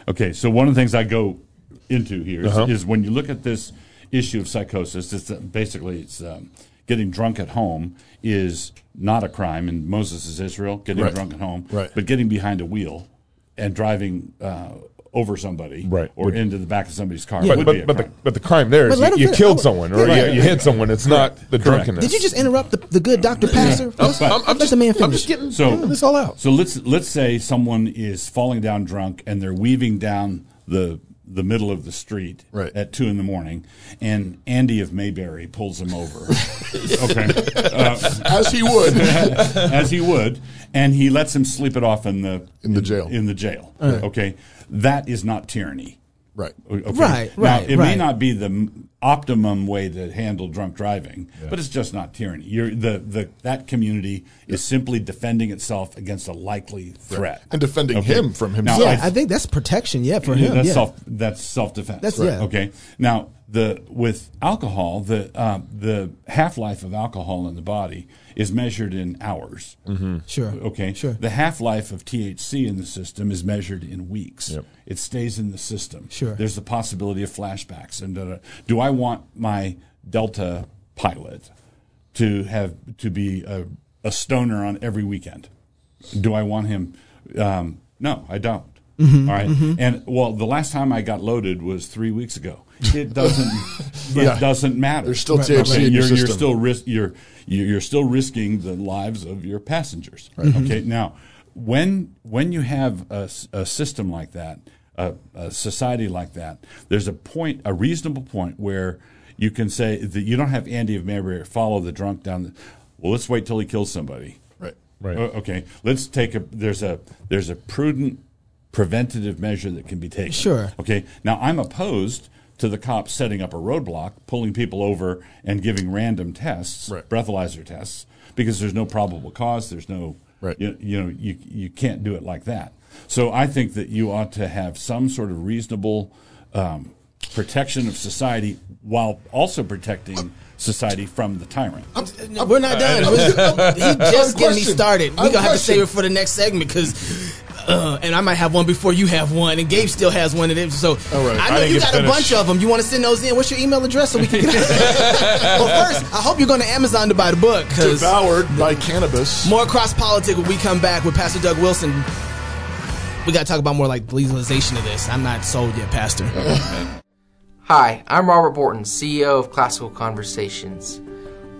[SPEAKER 4] Okay, so one of the things I go into here is,
[SPEAKER 1] Uh-huh.
[SPEAKER 4] is when you look at this issue of psychosis, it's that basically it's um, getting drunk at home is not a crime in Moses' Israel, getting
[SPEAKER 3] Right.
[SPEAKER 4] drunk at home,
[SPEAKER 3] Right.
[SPEAKER 4] but getting behind a wheel and driving uh, over somebody
[SPEAKER 1] Right.
[SPEAKER 4] or
[SPEAKER 1] Would-
[SPEAKER 4] into the back of somebody's car
[SPEAKER 1] But
[SPEAKER 4] would be
[SPEAKER 1] but
[SPEAKER 4] a
[SPEAKER 1] but the,
[SPEAKER 4] crime.
[SPEAKER 1] but the crime there is
[SPEAKER 2] But let
[SPEAKER 1] you,
[SPEAKER 2] him
[SPEAKER 1] you
[SPEAKER 2] finish.
[SPEAKER 1] killed
[SPEAKER 2] Oh,
[SPEAKER 1] someone or
[SPEAKER 4] yeah,
[SPEAKER 1] you, you
[SPEAKER 4] yeah.
[SPEAKER 1] hit someone. It's not the drunkenness.
[SPEAKER 2] Did you just interrupt the, the good doctor pastor? Let's-
[SPEAKER 1] I'm,
[SPEAKER 2] Let
[SPEAKER 1] I'm just,
[SPEAKER 2] the man finish.
[SPEAKER 1] I'm just getting
[SPEAKER 4] So-
[SPEAKER 1] so, this all out.
[SPEAKER 4] So let's let's say someone is falling down drunk and they're weaving down the the middle of the street
[SPEAKER 3] Right.
[SPEAKER 4] at two in the morning, and Andy of Mayberry pulls him over. okay, uh,
[SPEAKER 3] As he
[SPEAKER 4] [laughs]
[SPEAKER 3] would.
[SPEAKER 4] as he would, and he lets him sleep it off in the
[SPEAKER 3] In the jail.
[SPEAKER 4] in the jail. Okay, that is not tyranny.
[SPEAKER 3] right.
[SPEAKER 4] Okay.
[SPEAKER 2] Right,
[SPEAKER 4] Now,
[SPEAKER 2] right,
[SPEAKER 4] It may
[SPEAKER 2] right.
[SPEAKER 4] not be the m- optimum way to handle drunk driving, but it's just not tyranny. You're, the, the, that community is simply defending itself against a likely threat.
[SPEAKER 3] And defending him from himself.
[SPEAKER 4] Now,
[SPEAKER 2] yeah, I think that's protection. Yeah, for him.
[SPEAKER 4] That's
[SPEAKER 2] yeah.
[SPEAKER 4] self. That's self defense.
[SPEAKER 2] That's- Right. yeah.
[SPEAKER 4] Okay. Now the with alcohol, the uh, the half life of alcohol in the body is measured in hours.
[SPEAKER 2] Sure.
[SPEAKER 4] Okay.
[SPEAKER 2] Sure.
[SPEAKER 4] The half life of THC in the system is measured in weeks. It stays in the system.
[SPEAKER 2] Sure.
[SPEAKER 4] There's the possibility of flashbacks. And da, da. do I want my Delta pilot to have to be a, a stoner on every weekend? Do I want him? Um, no, I don't.
[SPEAKER 2] Mm-hmm.
[SPEAKER 4] All right? And well, the last time I got loaded was three weeks ago. It doesn't.
[SPEAKER 2] [laughs]
[SPEAKER 4] it
[SPEAKER 3] Yeah.
[SPEAKER 4] doesn't matter.
[SPEAKER 3] There's still THC in your
[SPEAKER 4] you're, you're
[SPEAKER 3] system.
[SPEAKER 4] still risk you're you- you're still risking the lives of your passengers. Okay, now when when you have a, s- a system like that, a, a society like that, there's a point, a reasonable point where you can say that you don't have Andy of Mayberry follow the drunk down. The, well, let's wait till he kills somebody.
[SPEAKER 3] Right.
[SPEAKER 1] Right.
[SPEAKER 4] O- okay, let's take a there's a there's a prudent preventative measure that can be taken.
[SPEAKER 2] Sure.
[SPEAKER 4] Okay. Now I'm opposed to the cops setting up a roadblock, pulling people over, and giving random tests,
[SPEAKER 3] Right.
[SPEAKER 4] breathalyzer tests, because there's no probable cause. There's no
[SPEAKER 3] Right.
[SPEAKER 4] You, you know you you can't do it like that. So I think that you ought to have some sort of reasonable um, protection of society while also protecting society from the tyrant.
[SPEAKER 2] Uh, We're not done. We're- he just getting me
[SPEAKER 3] question.
[SPEAKER 2] started. We're
[SPEAKER 3] I have
[SPEAKER 2] gonna
[SPEAKER 3] a
[SPEAKER 2] have to save
[SPEAKER 3] question.
[SPEAKER 2] it for the next segment because, uh, and I might have one before you have one, and Gabe still has one of them. So
[SPEAKER 3] right.
[SPEAKER 2] I
[SPEAKER 1] I
[SPEAKER 2] know
[SPEAKER 1] didn't
[SPEAKER 2] you
[SPEAKER 1] get
[SPEAKER 2] got a
[SPEAKER 1] finished.
[SPEAKER 2] bunch of them. You want to send those in? What's your email address so we can? [laughs] well, first, I hope you're going to Amazon to buy the book because
[SPEAKER 3] [laughs] Devoured by cannabis.
[SPEAKER 2] more cross politic when we come back with Pastor Doug Wilson. We got to talk about more like legalization of this. I'm not sold yet, Pastor. [laughs]
[SPEAKER 9] Hi, I'm Robert Borton, CEO of Classical Conversations.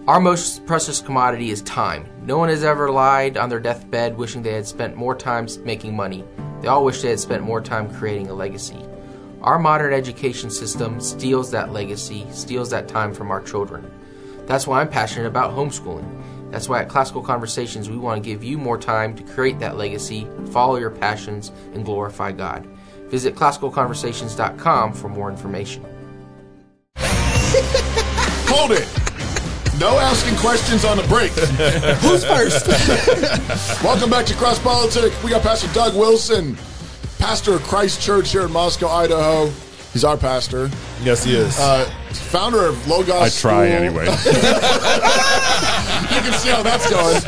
[SPEAKER 9] Our most precious commodity is time. No one has ever lied on their deathbed wishing they had spent more time making money. They all wish they had spent more time creating a legacy. Our modern education system steals that legacy, steals that time from our children. That's why I'm passionate about homeschooling. That's why at Classical Conversations we want to give you more time to create that legacy, follow your passions, and glorify God. Visit classicalconversations.com for more information.
[SPEAKER 3] Hold it. No asking questions on the
[SPEAKER 4] [laughs]
[SPEAKER 3] break.
[SPEAKER 2] Who's first? [laughs]
[SPEAKER 3] Welcome back to Cross Politics. We got Pastor Doug Wilson, pastor of Christ Church here in Moscow, Idaho. He's our pastor,
[SPEAKER 1] Yes, he is.
[SPEAKER 3] uh, founder of Logos.
[SPEAKER 4] I try
[SPEAKER 3] School. [laughs]
[SPEAKER 4] anyway.
[SPEAKER 3] You can see how that's going.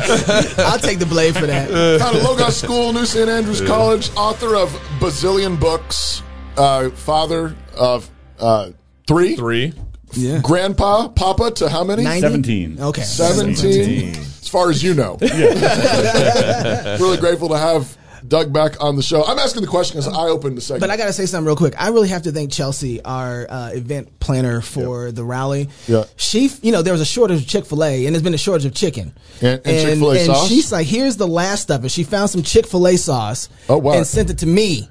[SPEAKER 2] I'll take the blame for that.
[SPEAKER 3] Founder of Logos School, New St. Andrews College, author of bazillion books, uh, father of uh, three,
[SPEAKER 1] Three.
[SPEAKER 2] Yeah.
[SPEAKER 3] grandpa, papa to how many?
[SPEAKER 2] 90?
[SPEAKER 4] Seventeen.
[SPEAKER 2] Okay.
[SPEAKER 3] 17, as far as you know. [laughs] really grateful to have Doug back on the show. I'm asking the question as I opened the segment.
[SPEAKER 2] But I got to say something real quick. I really have to thank Chelsea, our uh, event planner for the rally.
[SPEAKER 3] Yeah.
[SPEAKER 2] She, f- you know, there was a shortage of Chick fil A and there's been a shortage of chicken.
[SPEAKER 3] And- and Chick-fil-A
[SPEAKER 2] and
[SPEAKER 3] sauce?
[SPEAKER 2] she's like, here's the last of it. She found some Chick fil A sauce
[SPEAKER 3] Oh, wow.
[SPEAKER 2] and sent it to me,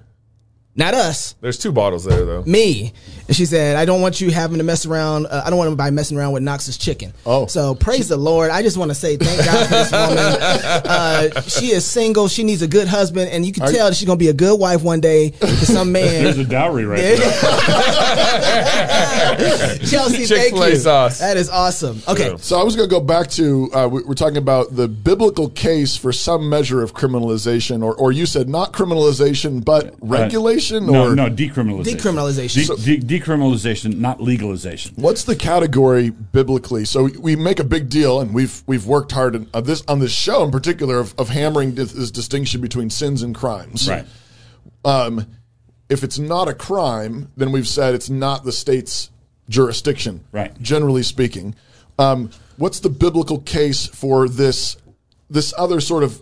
[SPEAKER 2] not us.
[SPEAKER 1] There's two bottles there though.
[SPEAKER 2] me. And she said, I don't want you having to mess around. Uh, I don't want anybody messing around with Knox's chicken.
[SPEAKER 3] Oh.
[SPEAKER 2] So praise the Lord. I just want to say thank God for this
[SPEAKER 4] [laughs]
[SPEAKER 2] woman. Uh, she is single. She needs a good husband. And you can tell that she's going to be a good wife one day to some
[SPEAKER 4] There's [laughs] a
[SPEAKER 2] man.
[SPEAKER 4] dowry right there.
[SPEAKER 2] Chelsea, thank
[SPEAKER 1] Chick-fil-A
[SPEAKER 2] you.
[SPEAKER 1] sauce.
[SPEAKER 2] That is awesome. Okay.
[SPEAKER 1] Yeah.
[SPEAKER 3] so I was going to go back to uh, we, we're talking about the biblical case for some measure of criminalization, or, or you said not criminalization but regulation,
[SPEAKER 4] No,
[SPEAKER 3] or
[SPEAKER 4] no, decriminalization.
[SPEAKER 2] Decriminalization.
[SPEAKER 4] De-
[SPEAKER 2] So-
[SPEAKER 4] de- decriminalization, not legalization.
[SPEAKER 3] what's the category biblically? So we make a big deal, and we've we've worked hard in, on this on this show in particular of, of hammering this, this distinction between sins and crimes.
[SPEAKER 4] Right.
[SPEAKER 3] um, if it's not a crime, then we've said it's not the state's jurisdiction,
[SPEAKER 4] Right.
[SPEAKER 3] Generally speaking, um, what's the biblical case for this this other sort of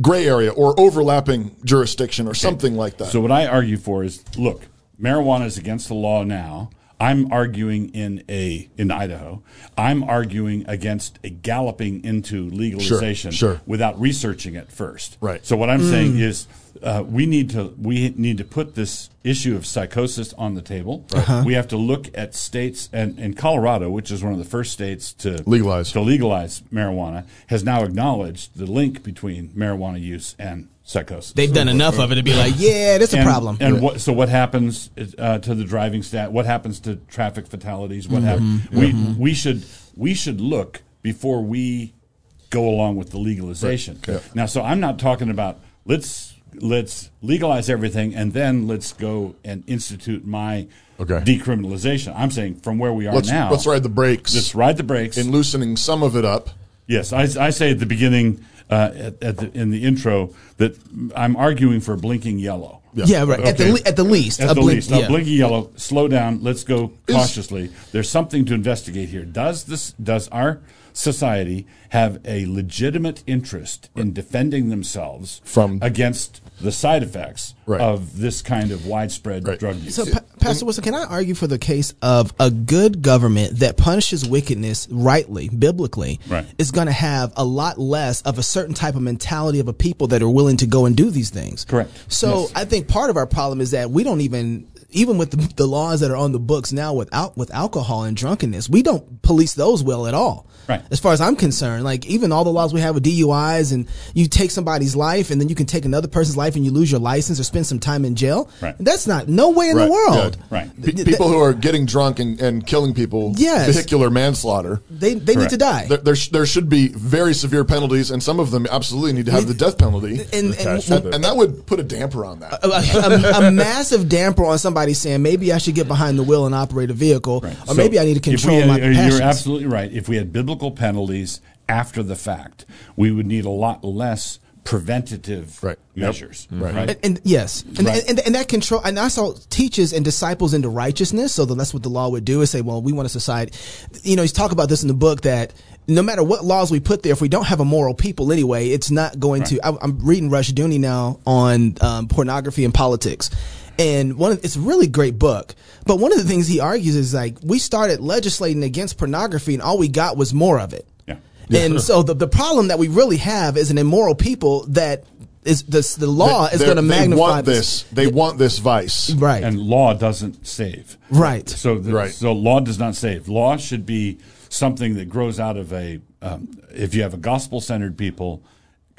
[SPEAKER 3] gray area or overlapping jurisdiction or something like that?
[SPEAKER 4] So what I argue for is, look, marijuana is against the law now. I'm arguing in a in Idaho. I'm arguing against a galloping into legalization
[SPEAKER 3] sure.
[SPEAKER 4] without researching it first.
[SPEAKER 3] Right. Mm.
[SPEAKER 4] So what I'm saying is, uh, we need to we need to put this issue of psychosis on the table.
[SPEAKER 3] Uh-huh.
[SPEAKER 4] We have to look at states and in Colorado, which is one of the first states to
[SPEAKER 3] Legalize.
[SPEAKER 4] to legalize marijuana, has now acknowledged the link between marijuana use and psychosis.
[SPEAKER 2] They've done enough of it to be like, yeah, that's a
[SPEAKER 4] And-
[SPEAKER 2] problem.
[SPEAKER 4] And what, so, what happens uh, to the driving stat? What happens to traffic fatalities? What hap- we we should we should look before we go along with the legalization. Now, so I'm not talking about let's let's legalize everything and then let's go and institute my
[SPEAKER 3] Okay.
[SPEAKER 4] decriminalization. I'm saying from where we are
[SPEAKER 3] let's
[SPEAKER 4] now,
[SPEAKER 3] let's ride the brakes
[SPEAKER 4] let's ride the brakes
[SPEAKER 3] in loosening some of it up.
[SPEAKER 4] Yes, I, I say at the beginning, uh, at, at the, in the intro, that I'm arguing for blinking yellow.
[SPEAKER 2] Yeah, right. At the
[SPEAKER 4] Okay.
[SPEAKER 2] le- at the least,
[SPEAKER 4] At
[SPEAKER 2] a
[SPEAKER 4] the
[SPEAKER 2] blink-
[SPEAKER 4] least, Now,
[SPEAKER 2] yeah.
[SPEAKER 4] blinking E, yellow. Slow down. Let's go cautiously. There's something to investigate here. Does this? Does our society have a legitimate interest in defending themselves
[SPEAKER 3] From-
[SPEAKER 4] against the side effects
[SPEAKER 3] Right.
[SPEAKER 4] of this kind of widespread
[SPEAKER 3] Right.
[SPEAKER 4] drug use?
[SPEAKER 2] So, Pa- Pastor Wilson, can I argue for the case of a good government that punishes wickedness rightly, biblically,
[SPEAKER 4] Right.
[SPEAKER 2] is going to have a lot less of a certain type of mentality of a people that are willing to go and do these things?
[SPEAKER 4] Correct.
[SPEAKER 2] So,
[SPEAKER 4] Yes.
[SPEAKER 2] I think part of our problem is that we don't even. Even with the, the laws that are on the books now with, al- with alcohol and drunkenness, we don't police those well at all.
[SPEAKER 4] Right.
[SPEAKER 2] As far as I'm concerned, like even all the laws we have with DUIs and you take somebody's life and then you can take another person's life and you lose your license or spend some time in jail.
[SPEAKER 4] Right.
[SPEAKER 2] That's not, no way in the
[SPEAKER 3] Right, yeah.
[SPEAKER 2] world.
[SPEAKER 4] right.
[SPEAKER 3] Pe- people who are getting drunk and, and killing people,
[SPEAKER 2] Yes.
[SPEAKER 3] vehicular manslaughter.
[SPEAKER 2] They they need
[SPEAKER 4] Correct.
[SPEAKER 2] to die.
[SPEAKER 3] There, there, sh- there should be very severe penalties, and some of them absolutely need to have the death penalty.
[SPEAKER 2] and, and,
[SPEAKER 1] Attached to
[SPEAKER 3] and that would put a damper on that.
[SPEAKER 2] a, a-
[SPEAKER 4] [laughs]
[SPEAKER 2] a massive damper on somebody saying maybe I should get behind the wheel and operate a vehicle, or
[SPEAKER 4] So
[SPEAKER 2] uh, maybe I need to
[SPEAKER 4] if we
[SPEAKER 2] control
[SPEAKER 4] had-
[SPEAKER 2] my
[SPEAKER 4] you're
[SPEAKER 2] passions.
[SPEAKER 4] absolutely right. If we had biblical penalties after the fact, we would need a lot less preventative
[SPEAKER 3] Right. Yep.
[SPEAKER 4] measures. Right.
[SPEAKER 2] and, and yes, and,
[SPEAKER 4] Right.
[SPEAKER 2] and, and that control, and also teaches and disciples into righteousness. So that's what the law would do is say, well, we want a society. You know, he's talk about this in the book that no matter what laws we put there, if we don't have a moral people anyway, it's not going to. I, I'm reading Rush Dooney now on um, pornography and politics. And one, of, it's a really great book. But one of the things he argues is like we started legislating against pornography, and all we got was more of it.
[SPEAKER 4] Yeah.
[SPEAKER 2] And so the, the problem that we really have is an immoral people that is the the law is
[SPEAKER 3] They're-
[SPEAKER 2] going to
[SPEAKER 3] they
[SPEAKER 2] magnify
[SPEAKER 3] want this. They want this vice.
[SPEAKER 2] Right.
[SPEAKER 4] and law doesn't save.
[SPEAKER 2] Right.
[SPEAKER 4] So, the,
[SPEAKER 3] Right.
[SPEAKER 4] so law does not save. Law should be something that grows out of a. Um, if you have a gospel-centered people,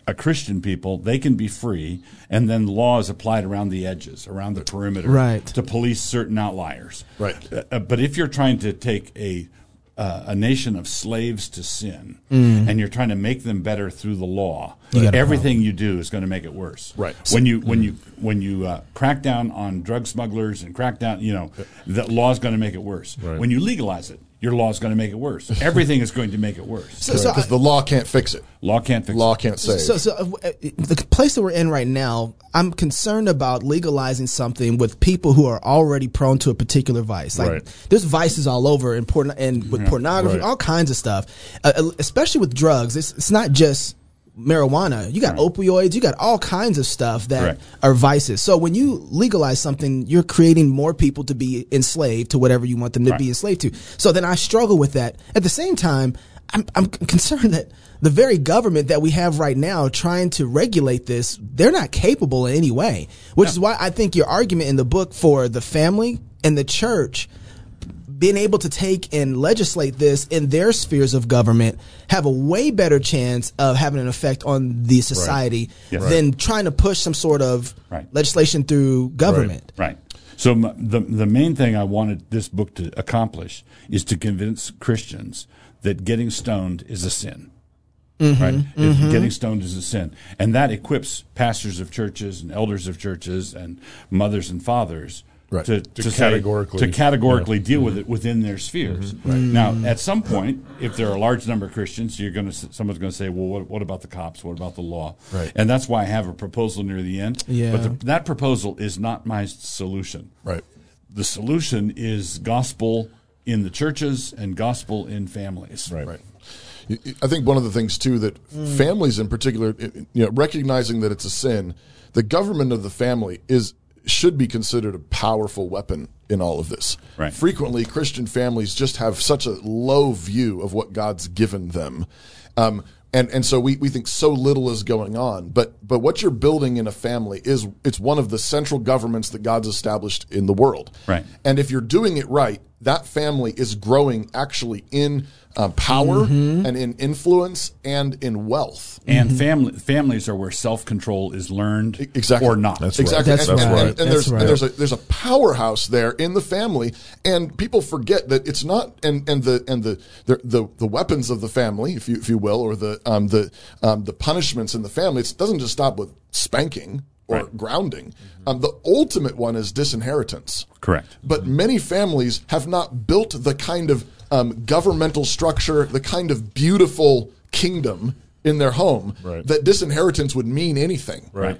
[SPEAKER 4] a Christian people, they can be free, and then law is applied around the edges, around the perimeter,
[SPEAKER 2] Right.
[SPEAKER 4] to police certain outliers.
[SPEAKER 3] Right.
[SPEAKER 4] Uh, uh, but if you're trying to take a uh, a nation of slaves to sin, and you're trying to make them better through the law.
[SPEAKER 2] got a
[SPEAKER 4] Everything you do is going to make it worse.
[SPEAKER 3] Right.
[SPEAKER 4] When you when you when you uh, crack down on drug smugglers and crack down, you know, the law's going to make it worse. When you legalize it, your law's going to make it
[SPEAKER 3] [laughs]
[SPEAKER 4] worse. Everything is going to make it worse.
[SPEAKER 2] so, so
[SPEAKER 3] Because the law can't fix it.
[SPEAKER 4] Law can't fix
[SPEAKER 3] Law
[SPEAKER 4] it.
[SPEAKER 3] can't save.
[SPEAKER 2] So, so uh, w- uh, the place that we're in right now, I'm concerned about legalizing something with people who are already prone to a particular vice. Like
[SPEAKER 1] Right.
[SPEAKER 2] there's vices all over, and porn and with pornography, all kinds of stuff. Uh, uh, especially with drugs, it's it's not just marijuana. You got opioids. You got all kinds of stuff that
[SPEAKER 4] Correct.
[SPEAKER 2] are vices. So when you legalize something, you're creating more people to be enslaved to whatever you want them to be enslaved to. So then I struggle with that. At the same time, I'm, I'm c- concerned that the very government that we have right now trying to regulate this, they're not capable in any way, which is why I think your argument in the book for the family and the church being able to take and legislate this in their spheres of government have a way better chance of having an effect on the society
[SPEAKER 4] Yes.
[SPEAKER 2] than trying to push some sort of
[SPEAKER 4] Right.
[SPEAKER 2] legislation through government.
[SPEAKER 4] Right. So m- the the main thing I wanted this book to accomplish is to convince Christians that getting stoned is a sin. Right? If Getting stoned is a sin. And that equips pastors of churches and elders of churches and mothers and fathers
[SPEAKER 3] Right.
[SPEAKER 4] to,
[SPEAKER 1] To
[SPEAKER 4] say-
[SPEAKER 1] categorically-
[SPEAKER 4] to categorically deal with it within their spheres. Now, at some point, if there are a large number of Christians, you're going to someone's going to say, "Well, what, what about the cops? What about the law?"
[SPEAKER 3] Right.
[SPEAKER 4] And that's why I have a proposal near the end.
[SPEAKER 2] Yeah.
[SPEAKER 4] But the, that proposal is not my solution.
[SPEAKER 3] right.
[SPEAKER 4] The solution is gospel in the churches and gospel in families.
[SPEAKER 3] Right. You- you- I think one of the things too that families in particular, i- i- you know, recognizing that it's a sin, the government of the family is should be considered a powerful weapon in all of this.
[SPEAKER 4] Right.
[SPEAKER 3] Frequently, Christian families just have such a low view of what God's given them. Um, and, and so we, we think so little is going on, but but what you're building in a family is it's one of the central governments that God's established in the world.
[SPEAKER 4] Right.
[SPEAKER 3] And if you're doing it right, that family is growing actually in uh, power and in influence and in wealth.
[SPEAKER 4] And family, families are where self control is learned
[SPEAKER 3] E-, Exactly.
[SPEAKER 4] or not.
[SPEAKER 1] That's right.
[SPEAKER 3] Exactly.
[SPEAKER 2] That's
[SPEAKER 3] and, and-
[SPEAKER 2] right.
[SPEAKER 3] and- and there's,
[SPEAKER 2] That's right.
[SPEAKER 3] and there's a there's a powerhouse there in the family, and people forget that it's not and and the and the the the, the weapons of the family, if you if you will, or the um the um the punishments in the family. It doesn't just stop with spanking or
[SPEAKER 4] Right.
[SPEAKER 3] grounding. Um, the ultimate one is disinheritance.
[SPEAKER 4] Correct.
[SPEAKER 3] But many families have not built the kind of um, governmental structure, the kind of beautiful kingdom in their home
[SPEAKER 1] Right.
[SPEAKER 3] that disinheritance would mean anything.
[SPEAKER 4] Right.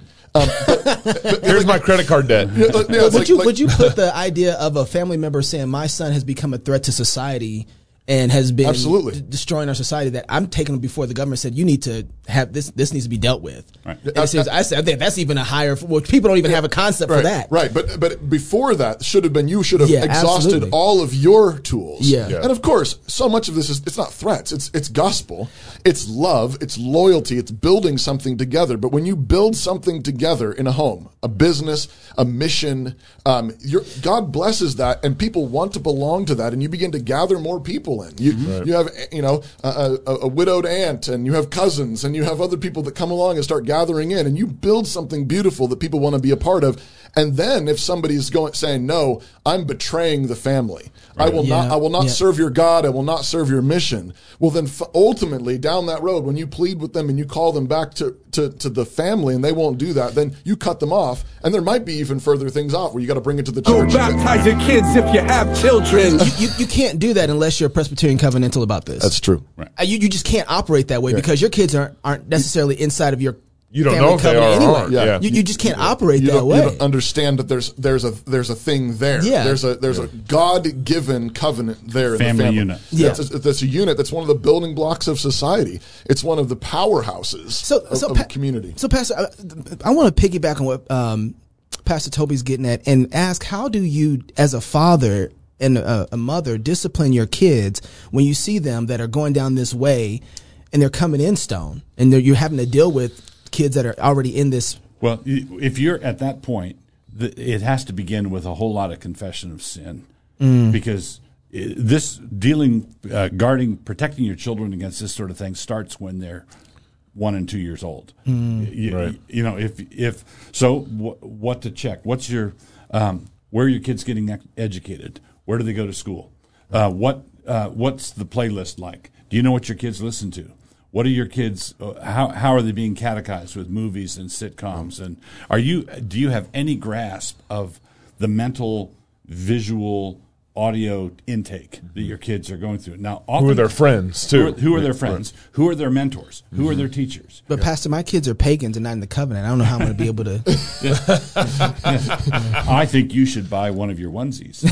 [SPEAKER 1] Here's my credit card debt.
[SPEAKER 3] Yeah, like- yeah, it's
[SPEAKER 2] would
[SPEAKER 3] like-
[SPEAKER 2] you
[SPEAKER 3] like- [laughs]
[SPEAKER 2] would you put the idea of a family member saying my son has become a threat to society and has been
[SPEAKER 3] Absolutely.
[SPEAKER 2] d- destroying our society that I'm taking them before the government said you need to have this this needs to be dealt with. Right.
[SPEAKER 3] Uh,
[SPEAKER 2] It seems, I, said, I think that's even a higher well, people don't even have a concept for
[SPEAKER 3] Right,
[SPEAKER 2] that.
[SPEAKER 3] right, but but before that should have been you should have
[SPEAKER 2] Yeah,
[SPEAKER 3] exhausted
[SPEAKER 2] absolutely.
[SPEAKER 3] all of your tools.
[SPEAKER 2] Yeah. Yeah.
[SPEAKER 3] and of course, so much of this is it's not threats, it's it's gospel, it's love, it's loyalty, it's building something together. But when you build something together in a home, a business, a mission, um, your God blesses that, and people want to belong to that, and you begin to gather more people in. You you have you know a, a, a widowed aunt, and you have cousins, and you have other people that come along and start gathering in, and you build something beautiful that people want to be a part of. And then if somebody's going saying no, I'm betraying the family. I will not.
[SPEAKER 2] Yeah.
[SPEAKER 3] I will not
[SPEAKER 2] Yeah.
[SPEAKER 3] serve your God. I will not serve your mission. Well, then f- ultimately down that road, when you plead with them and you call them back to, to to the family, and they won't do that, then you cut them off. And there might be even further things off where you got to bring it to the church.
[SPEAKER 10] Baptize your kids if you have children.
[SPEAKER 2] You, you can't do that unless you're Presbyterian covenantal about this.
[SPEAKER 3] true.
[SPEAKER 2] Uh, you, you just can't operate that way because your kids aren't aren't necessarily inside of your
[SPEAKER 1] You don't
[SPEAKER 2] family
[SPEAKER 1] know if they
[SPEAKER 2] covenant
[SPEAKER 1] are or
[SPEAKER 2] anyway.
[SPEAKER 1] aren't, Yeah. yeah.
[SPEAKER 2] You, you just can't operate
[SPEAKER 3] You
[SPEAKER 2] that
[SPEAKER 3] don't,
[SPEAKER 2] way.
[SPEAKER 3] you don't understand that there's there's a there's a thing there.
[SPEAKER 2] Yeah.
[SPEAKER 3] There's a there's a God given covenant there. in the
[SPEAKER 4] Family
[SPEAKER 3] family
[SPEAKER 4] unit.
[SPEAKER 2] Yeah.
[SPEAKER 3] That's a, that's a unit. That's one of the building blocks of society. It's one of the powerhouses of, of
[SPEAKER 2] Pa-
[SPEAKER 3] a community.
[SPEAKER 2] So, Pastor, I, I want to piggyback on what um, Pastor Toby's getting at and ask how do you, as a father and a, a mother, discipline your kids when you see them that are going down this way and they're coming in stone and they're, you're having to deal with kids that are already in this.
[SPEAKER 4] Well, y- if you're at that point, th- it has to begin with a whole lot of confession of sin because i- this dealing, uh, guarding, protecting your children against this sort of thing starts when they're one and two years old. You,
[SPEAKER 1] Right.
[SPEAKER 4] you know, if if so, wh- what to check? What's your um, where are your kids getting ec- educated? Where do they go to school? Uh, what uh, what's the playlist like? Do you know what your kids listen to? What are your kids? Uh, how how are they being catechized with movies and sitcoms? And are you do you have any grasp of the mental, visual, audio intake that your kids are going through? Now, often,
[SPEAKER 1] Mm-hmm. Who are their friends,
[SPEAKER 4] Who are,
[SPEAKER 1] too. Mm-hmm.
[SPEAKER 4] who are their friends? Who are their mentors? Who are their teachers?
[SPEAKER 2] But Pastor, my kids are pagans and not in the covenant. I don't know how I'm going to be able
[SPEAKER 3] [laughs]
[SPEAKER 2] to.
[SPEAKER 4] I think you should buy one of your
[SPEAKER 1] [laughs]
[SPEAKER 4] onesies.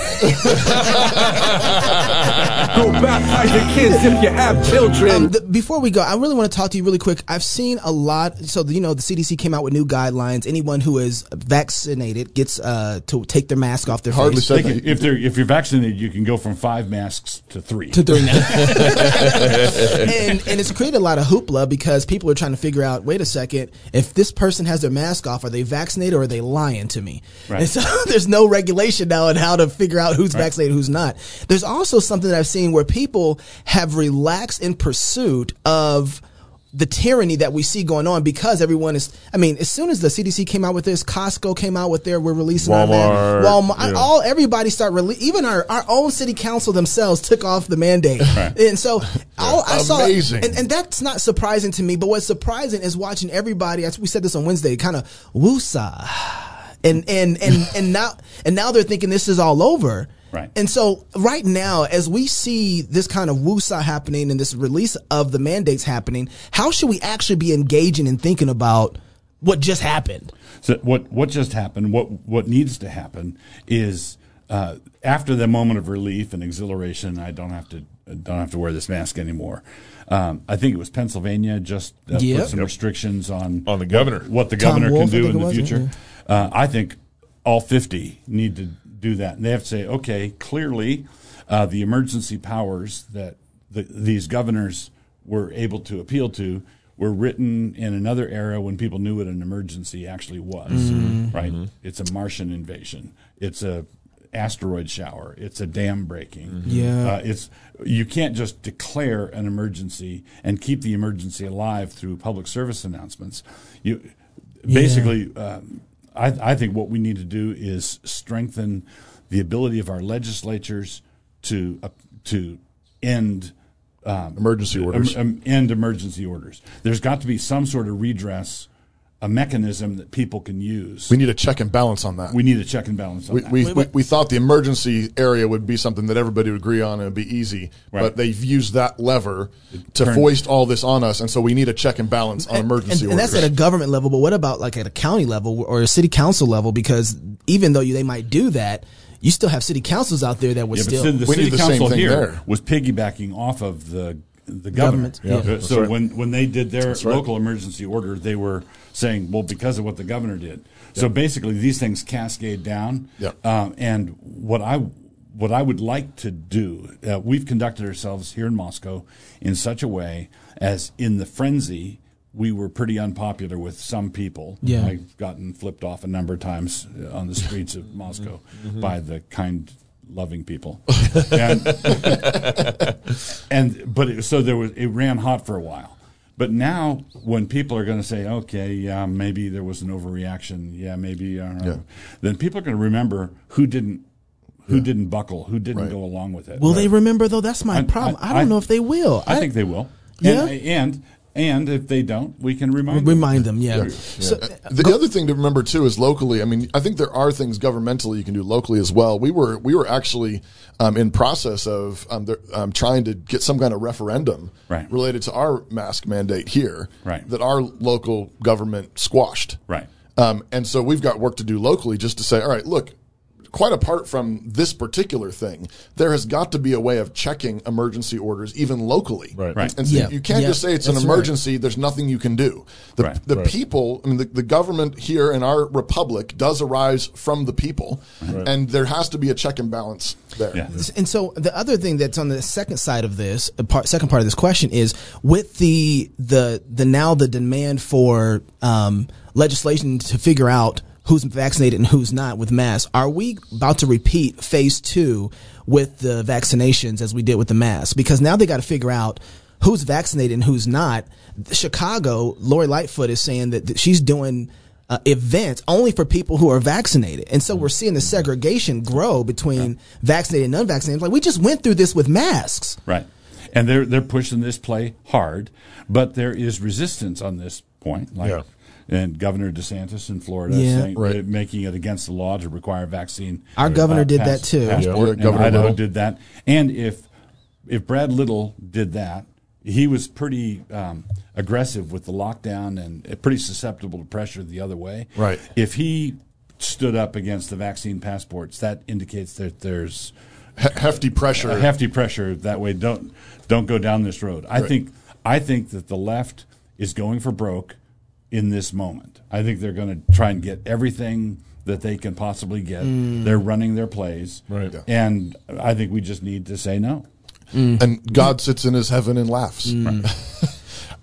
[SPEAKER 10] Go baptize your kids if you have
[SPEAKER 2] Um,
[SPEAKER 10] children.
[SPEAKER 2] th- before we go, I really want to talk to you really quick. I've seen a lot. So you know, the CDC came out with new guidelines. Anyone who is vaccinated gets uh, to take their mask off their
[SPEAKER 3] Hardly
[SPEAKER 2] face.
[SPEAKER 3] said
[SPEAKER 4] They can-
[SPEAKER 3] that.
[SPEAKER 4] if they're if you're vaccinated, you can go from five masks to three.
[SPEAKER 2] [laughs] to three now. and, and it's created a lot of hoopla because people are trying to figure out wait a second, if this person has their mask off, are they vaccinated or are they lying to me?
[SPEAKER 4] Right.
[SPEAKER 2] And so [laughs] there's no regulation now on how to figure out who's vaccinated, who's not. There's also something that I've seen where people have relaxed in pursuit of the tyranny that we see going on because everyone is I mean as soon as the CDC came out with this Costco came out with their we're releasing our man-
[SPEAKER 1] Walmart,
[SPEAKER 2] Walmart
[SPEAKER 1] yeah.
[SPEAKER 2] all everybody start rele- even our, our own city council themselves took off the mandate [laughs] and so all I saw
[SPEAKER 3] Amazing.
[SPEAKER 2] and, and that's not surprising to me but what's surprising is watching everybody as we said this on Wednesday kind of woosah and and and and now and now they're thinking this is all over
[SPEAKER 4] Right.
[SPEAKER 2] and so right now as we see this kind of woosah happening and this release of the mandates happening how should we actually be engaging and thinking about what just happened
[SPEAKER 4] So what what just happened? What what needs to happen is uh, after the moment of relief and exhilaration, I don't have to I don't have to wear this mask anymore. Um, I think it was Pennsylvania just uh,
[SPEAKER 2] Yep.
[SPEAKER 4] put some restrictions on
[SPEAKER 1] On the governor.
[SPEAKER 4] what, what the
[SPEAKER 2] Tom
[SPEAKER 4] governor
[SPEAKER 2] Wolf, I
[SPEAKER 4] can do
[SPEAKER 2] think it
[SPEAKER 4] in the
[SPEAKER 2] was, yeah,
[SPEAKER 4] future. Uh, I think all fifty need to do that, and they have to say, okay, clearly uh, the emergency powers that the, these governors were able to appeal to were written in another era when people knew what an emergency actually was.
[SPEAKER 2] Mm-hmm.
[SPEAKER 4] Right? It's a Martian invasion. It's a asteroid shower. It's a dam breaking.
[SPEAKER 2] Mm-hmm. Yeah.
[SPEAKER 4] Uh, it's you can't just declare an emergency and keep the emergency alive through public service announcements. You basically, um, I, I think what we need to do is strengthen the ability of our legislatures to uh, to end
[SPEAKER 3] Emergency orders.
[SPEAKER 4] em- em- end emergency orders. There's got to be some sort of redress, a mechanism that people can use.
[SPEAKER 3] we need a check and balance on that.
[SPEAKER 4] We need a check and balance on
[SPEAKER 3] We,
[SPEAKER 4] that.
[SPEAKER 3] we, we, we thought the emergency area would be something that everybody would agree on and it would be easy,
[SPEAKER 4] Right.
[SPEAKER 3] but they've used that lever to
[SPEAKER 4] turned-
[SPEAKER 3] foist all this on us, and so we need a check and balance on emergency
[SPEAKER 2] and, and
[SPEAKER 3] orders.
[SPEAKER 2] that's at a government level, but what about like at a county level or a city council level? Because even though you, they might do that, you still have city councils out there that would
[SPEAKER 4] Yeah, but
[SPEAKER 2] still.
[SPEAKER 4] the, the
[SPEAKER 3] We
[SPEAKER 4] city
[SPEAKER 3] need the same
[SPEAKER 4] council
[SPEAKER 3] thing
[SPEAKER 4] here
[SPEAKER 3] there.
[SPEAKER 4] was piggybacking off of the the government.
[SPEAKER 2] Government, yeah.
[SPEAKER 4] Uh, So when when they did their local emergency order, they were saying, "Well, because of what the governor did." So basically, these things cascade down.
[SPEAKER 3] Yep.
[SPEAKER 4] Um, and what I what I would like to do, uh, we've conducted ourselves here in Moscow in such a way as in the frenzy. We were pretty unpopular with some people.
[SPEAKER 2] Yeah.
[SPEAKER 4] I gotten flipped off a number of times uh, on the streets of Moscow by the kind, loving people. and, and but it, so there was it ran hot for a while. But now, when people are going to say, "Okay, yeah, maybe there was an overreaction. Yeah, maybe," I don't know, then people are going to remember who didn't, who didn't buckle, who didn't
[SPEAKER 3] Right.
[SPEAKER 4] go along with it.
[SPEAKER 2] will they remember though? That's my problem. I, don't know if they will.
[SPEAKER 4] I, think they will.
[SPEAKER 2] Yeah?
[SPEAKER 4] And, and and if they don't, we can remind them.
[SPEAKER 2] remind them. Yeah. So,
[SPEAKER 3] The other thing to remember too is locally. I mean, I think there are things governmentally you can do locally as well. We were we were actually um, in process of um, there, um, trying to get some kind of referendum
[SPEAKER 4] Right.
[SPEAKER 3] related to our mask mandate here
[SPEAKER 4] Right.
[SPEAKER 3] that our local government squashed.
[SPEAKER 4] Right.
[SPEAKER 3] Um, and so we've got work to do locally just to say, all right, look, quite apart from this particular thing, there has got to be a way of checking emergency orders, even locally.
[SPEAKER 1] Right. Right.
[SPEAKER 3] And so
[SPEAKER 2] Yeah.
[SPEAKER 3] you can't
[SPEAKER 2] Yeah.
[SPEAKER 3] just say it's an
[SPEAKER 2] That's right.
[SPEAKER 3] emergency. There's nothing you can do. The,
[SPEAKER 4] Right.
[SPEAKER 3] the people, I mean, the, the government here in our republic does arise from the people, and there has to be a check and balance there.
[SPEAKER 4] Yeah.
[SPEAKER 2] And so the other thing that's on the second side of this uh, part, second part of this question is with the the the now the demand for um, legislation to figure out who's vaccinated and who's not with masks. Are we about to repeat phase two with the vaccinations as we did with the masks? Because now they got to figure out. Who's vaccinated and who's not? Chicago, Lori Lightfoot is saying that, that she's doing uh, events only for people who are vaccinated. And so we're seeing the segregation grow between vaccinated and unvaccinated. Like we just went through this with masks.
[SPEAKER 4] Right. And they're they're pushing this play hard, but there is resistance on this point. Like
[SPEAKER 1] Yeah.
[SPEAKER 4] and Governor DeSantis in Florida
[SPEAKER 2] Yeah.
[SPEAKER 4] saying, uh, making it against the law to require vaccine. uh,
[SPEAKER 2] Our governor did that too. Yeah.
[SPEAKER 4] passport,
[SPEAKER 3] Yeah,
[SPEAKER 4] and
[SPEAKER 3] Governor
[SPEAKER 4] Idaho
[SPEAKER 3] Little.
[SPEAKER 4] did that. And if if Brad Little did that, he was pretty um, aggressive with the lockdown and pretty susceptible to pressure the other way.
[SPEAKER 1] Right.
[SPEAKER 4] If he stood up against the vaccine passports, that indicates that there's
[SPEAKER 3] He- hefty pressure.
[SPEAKER 4] a hefty pressure that way don't don't go down this road i think i think that the left is going for broke in this moment i think they're going to try and get everything that they can possibly get
[SPEAKER 3] Mm.
[SPEAKER 4] they're running their plays
[SPEAKER 1] Right. Yeah.
[SPEAKER 4] and i think we just need to say no
[SPEAKER 2] Mm-hmm.
[SPEAKER 3] and God sits in his heaven and laughs.
[SPEAKER 4] Mm-hmm.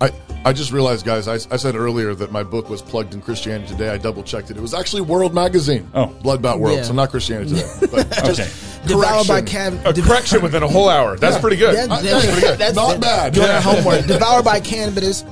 [SPEAKER 3] [laughs] I, I just realized, guys, I, I said earlier that my book was plugged in Christianity Today. I double checked it. It was actually World Magazine.
[SPEAKER 4] Oh.
[SPEAKER 3] Bloodbout World.
[SPEAKER 2] Yeah.
[SPEAKER 3] So not Christianity Today.
[SPEAKER 2] [laughs]
[SPEAKER 3] But just
[SPEAKER 4] Okay.
[SPEAKER 2] Devoured by
[SPEAKER 3] correction.
[SPEAKER 2] can.
[SPEAKER 1] A correction within a whole hour. That's pretty good.
[SPEAKER 2] That-
[SPEAKER 3] I-
[SPEAKER 2] that-
[SPEAKER 3] that's pretty good. Not bad.
[SPEAKER 2] Doing
[SPEAKER 3] Yeah.
[SPEAKER 2] our homework. Devoured by cannabis.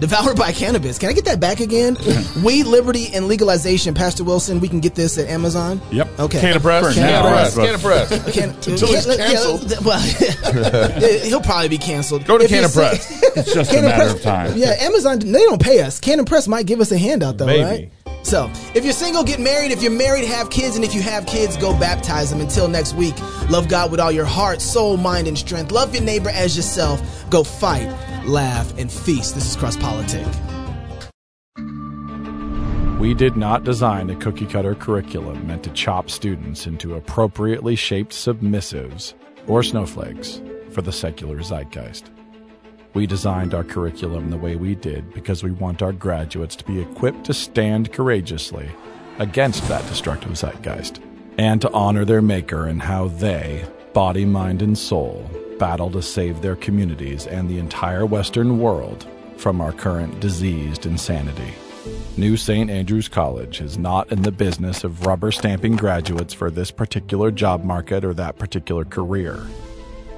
[SPEAKER 2] Devoured by cannabis. Can I get that back again? Weed, liberty, and legalization. Pastor Wilson, we can get this at Amazon.
[SPEAKER 4] Yep.
[SPEAKER 2] Okay.
[SPEAKER 1] Can of press.
[SPEAKER 4] For
[SPEAKER 1] Can
[SPEAKER 4] now.
[SPEAKER 1] of press.
[SPEAKER 4] Right.
[SPEAKER 1] Can of press.
[SPEAKER 2] Can,
[SPEAKER 3] Until he's
[SPEAKER 2] yeah, yeah,
[SPEAKER 3] canceled.
[SPEAKER 2] th- well, [laughs] he'll probably be canceled.
[SPEAKER 1] Go to
[SPEAKER 2] If you
[SPEAKER 1] Can of
[SPEAKER 2] say- [laughs]
[SPEAKER 1] Press.
[SPEAKER 4] it's just a
[SPEAKER 2] Cannon
[SPEAKER 4] matter
[SPEAKER 2] Press-
[SPEAKER 4] of time
[SPEAKER 2] Yeah, Amazon they don't pay us. Cannon Press might give us a handout though,
[SPEAKER 1] Maybe.
[SPEAKER 2] right? So, if you're single, get married. If you're married, have kids. And if you have kids, go baptize them. Until next week, love God with all your heart, soul, mind, and strength. Love your neighbor as yourself. Go fight, laugh, and feast. This is Cross Politic.
[SPEAKER 11] We did not design a cookie cutter curriculum meant to chop students into appropriately shaped submissives or snowflakes for the secular zeitgeist. We designed our curriculum the way we did because we want our graduates to be equipped to stand courageously against that destructive zeitgeist and to honor their maker and how they, body, mind, and soul, battle to save their communities and the entire Western world from our current diseased insanity. New St. Andrews College is not in the business of rubber stamping graduates for this particular job market or that particular career.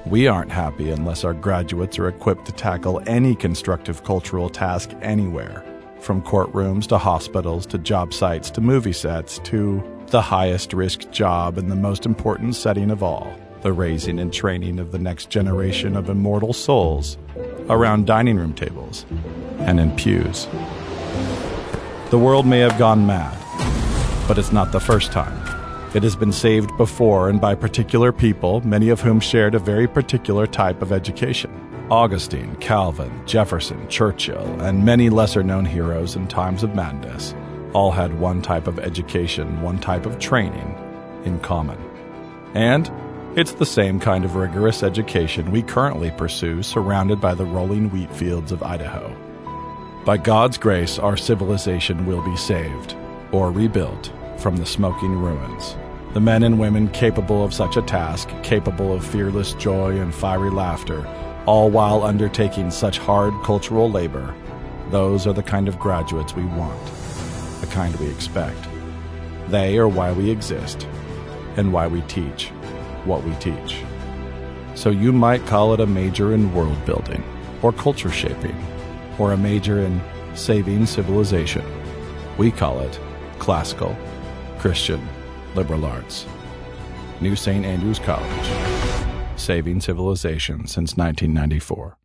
[SPEAKER 11] We aren't happy unless our graduates are equipped to tackle any constructive cultural task anywhere, from courtrooms to hospitals to job sites to movie sets to the highest risk job and the most important setting of all the raising and training of the next generation of immortal souls around dining room tables and in pews. The world may have gone mad, but it's not the first time. It has been saved before and by particular people, many of whom shared a very particular type of education. Augustine, Calvin, Jefferson, Churchill, and many lesser known heroes in times of madness all had one type of education, one type of training in common. And it's the same kind of rigorous education we currently pursue surrounded by the rolling wheat fields of Idaho. By God's grace, our civilization will be saved or rebuilt from the smoking ruins. The men and women capable of such a task, capable of fearless joy and fiery laughter, all while undertaking such hard cultural labor, those are the kind of graduates we want, the kind we expect. They are why we exist and why we teach what we teach. So you might call it a major in world building, or culture shaping, or a major in saving civilization. We call it classical, Christian, liberal arts. New St. Andrews College, saving civilization since 1994.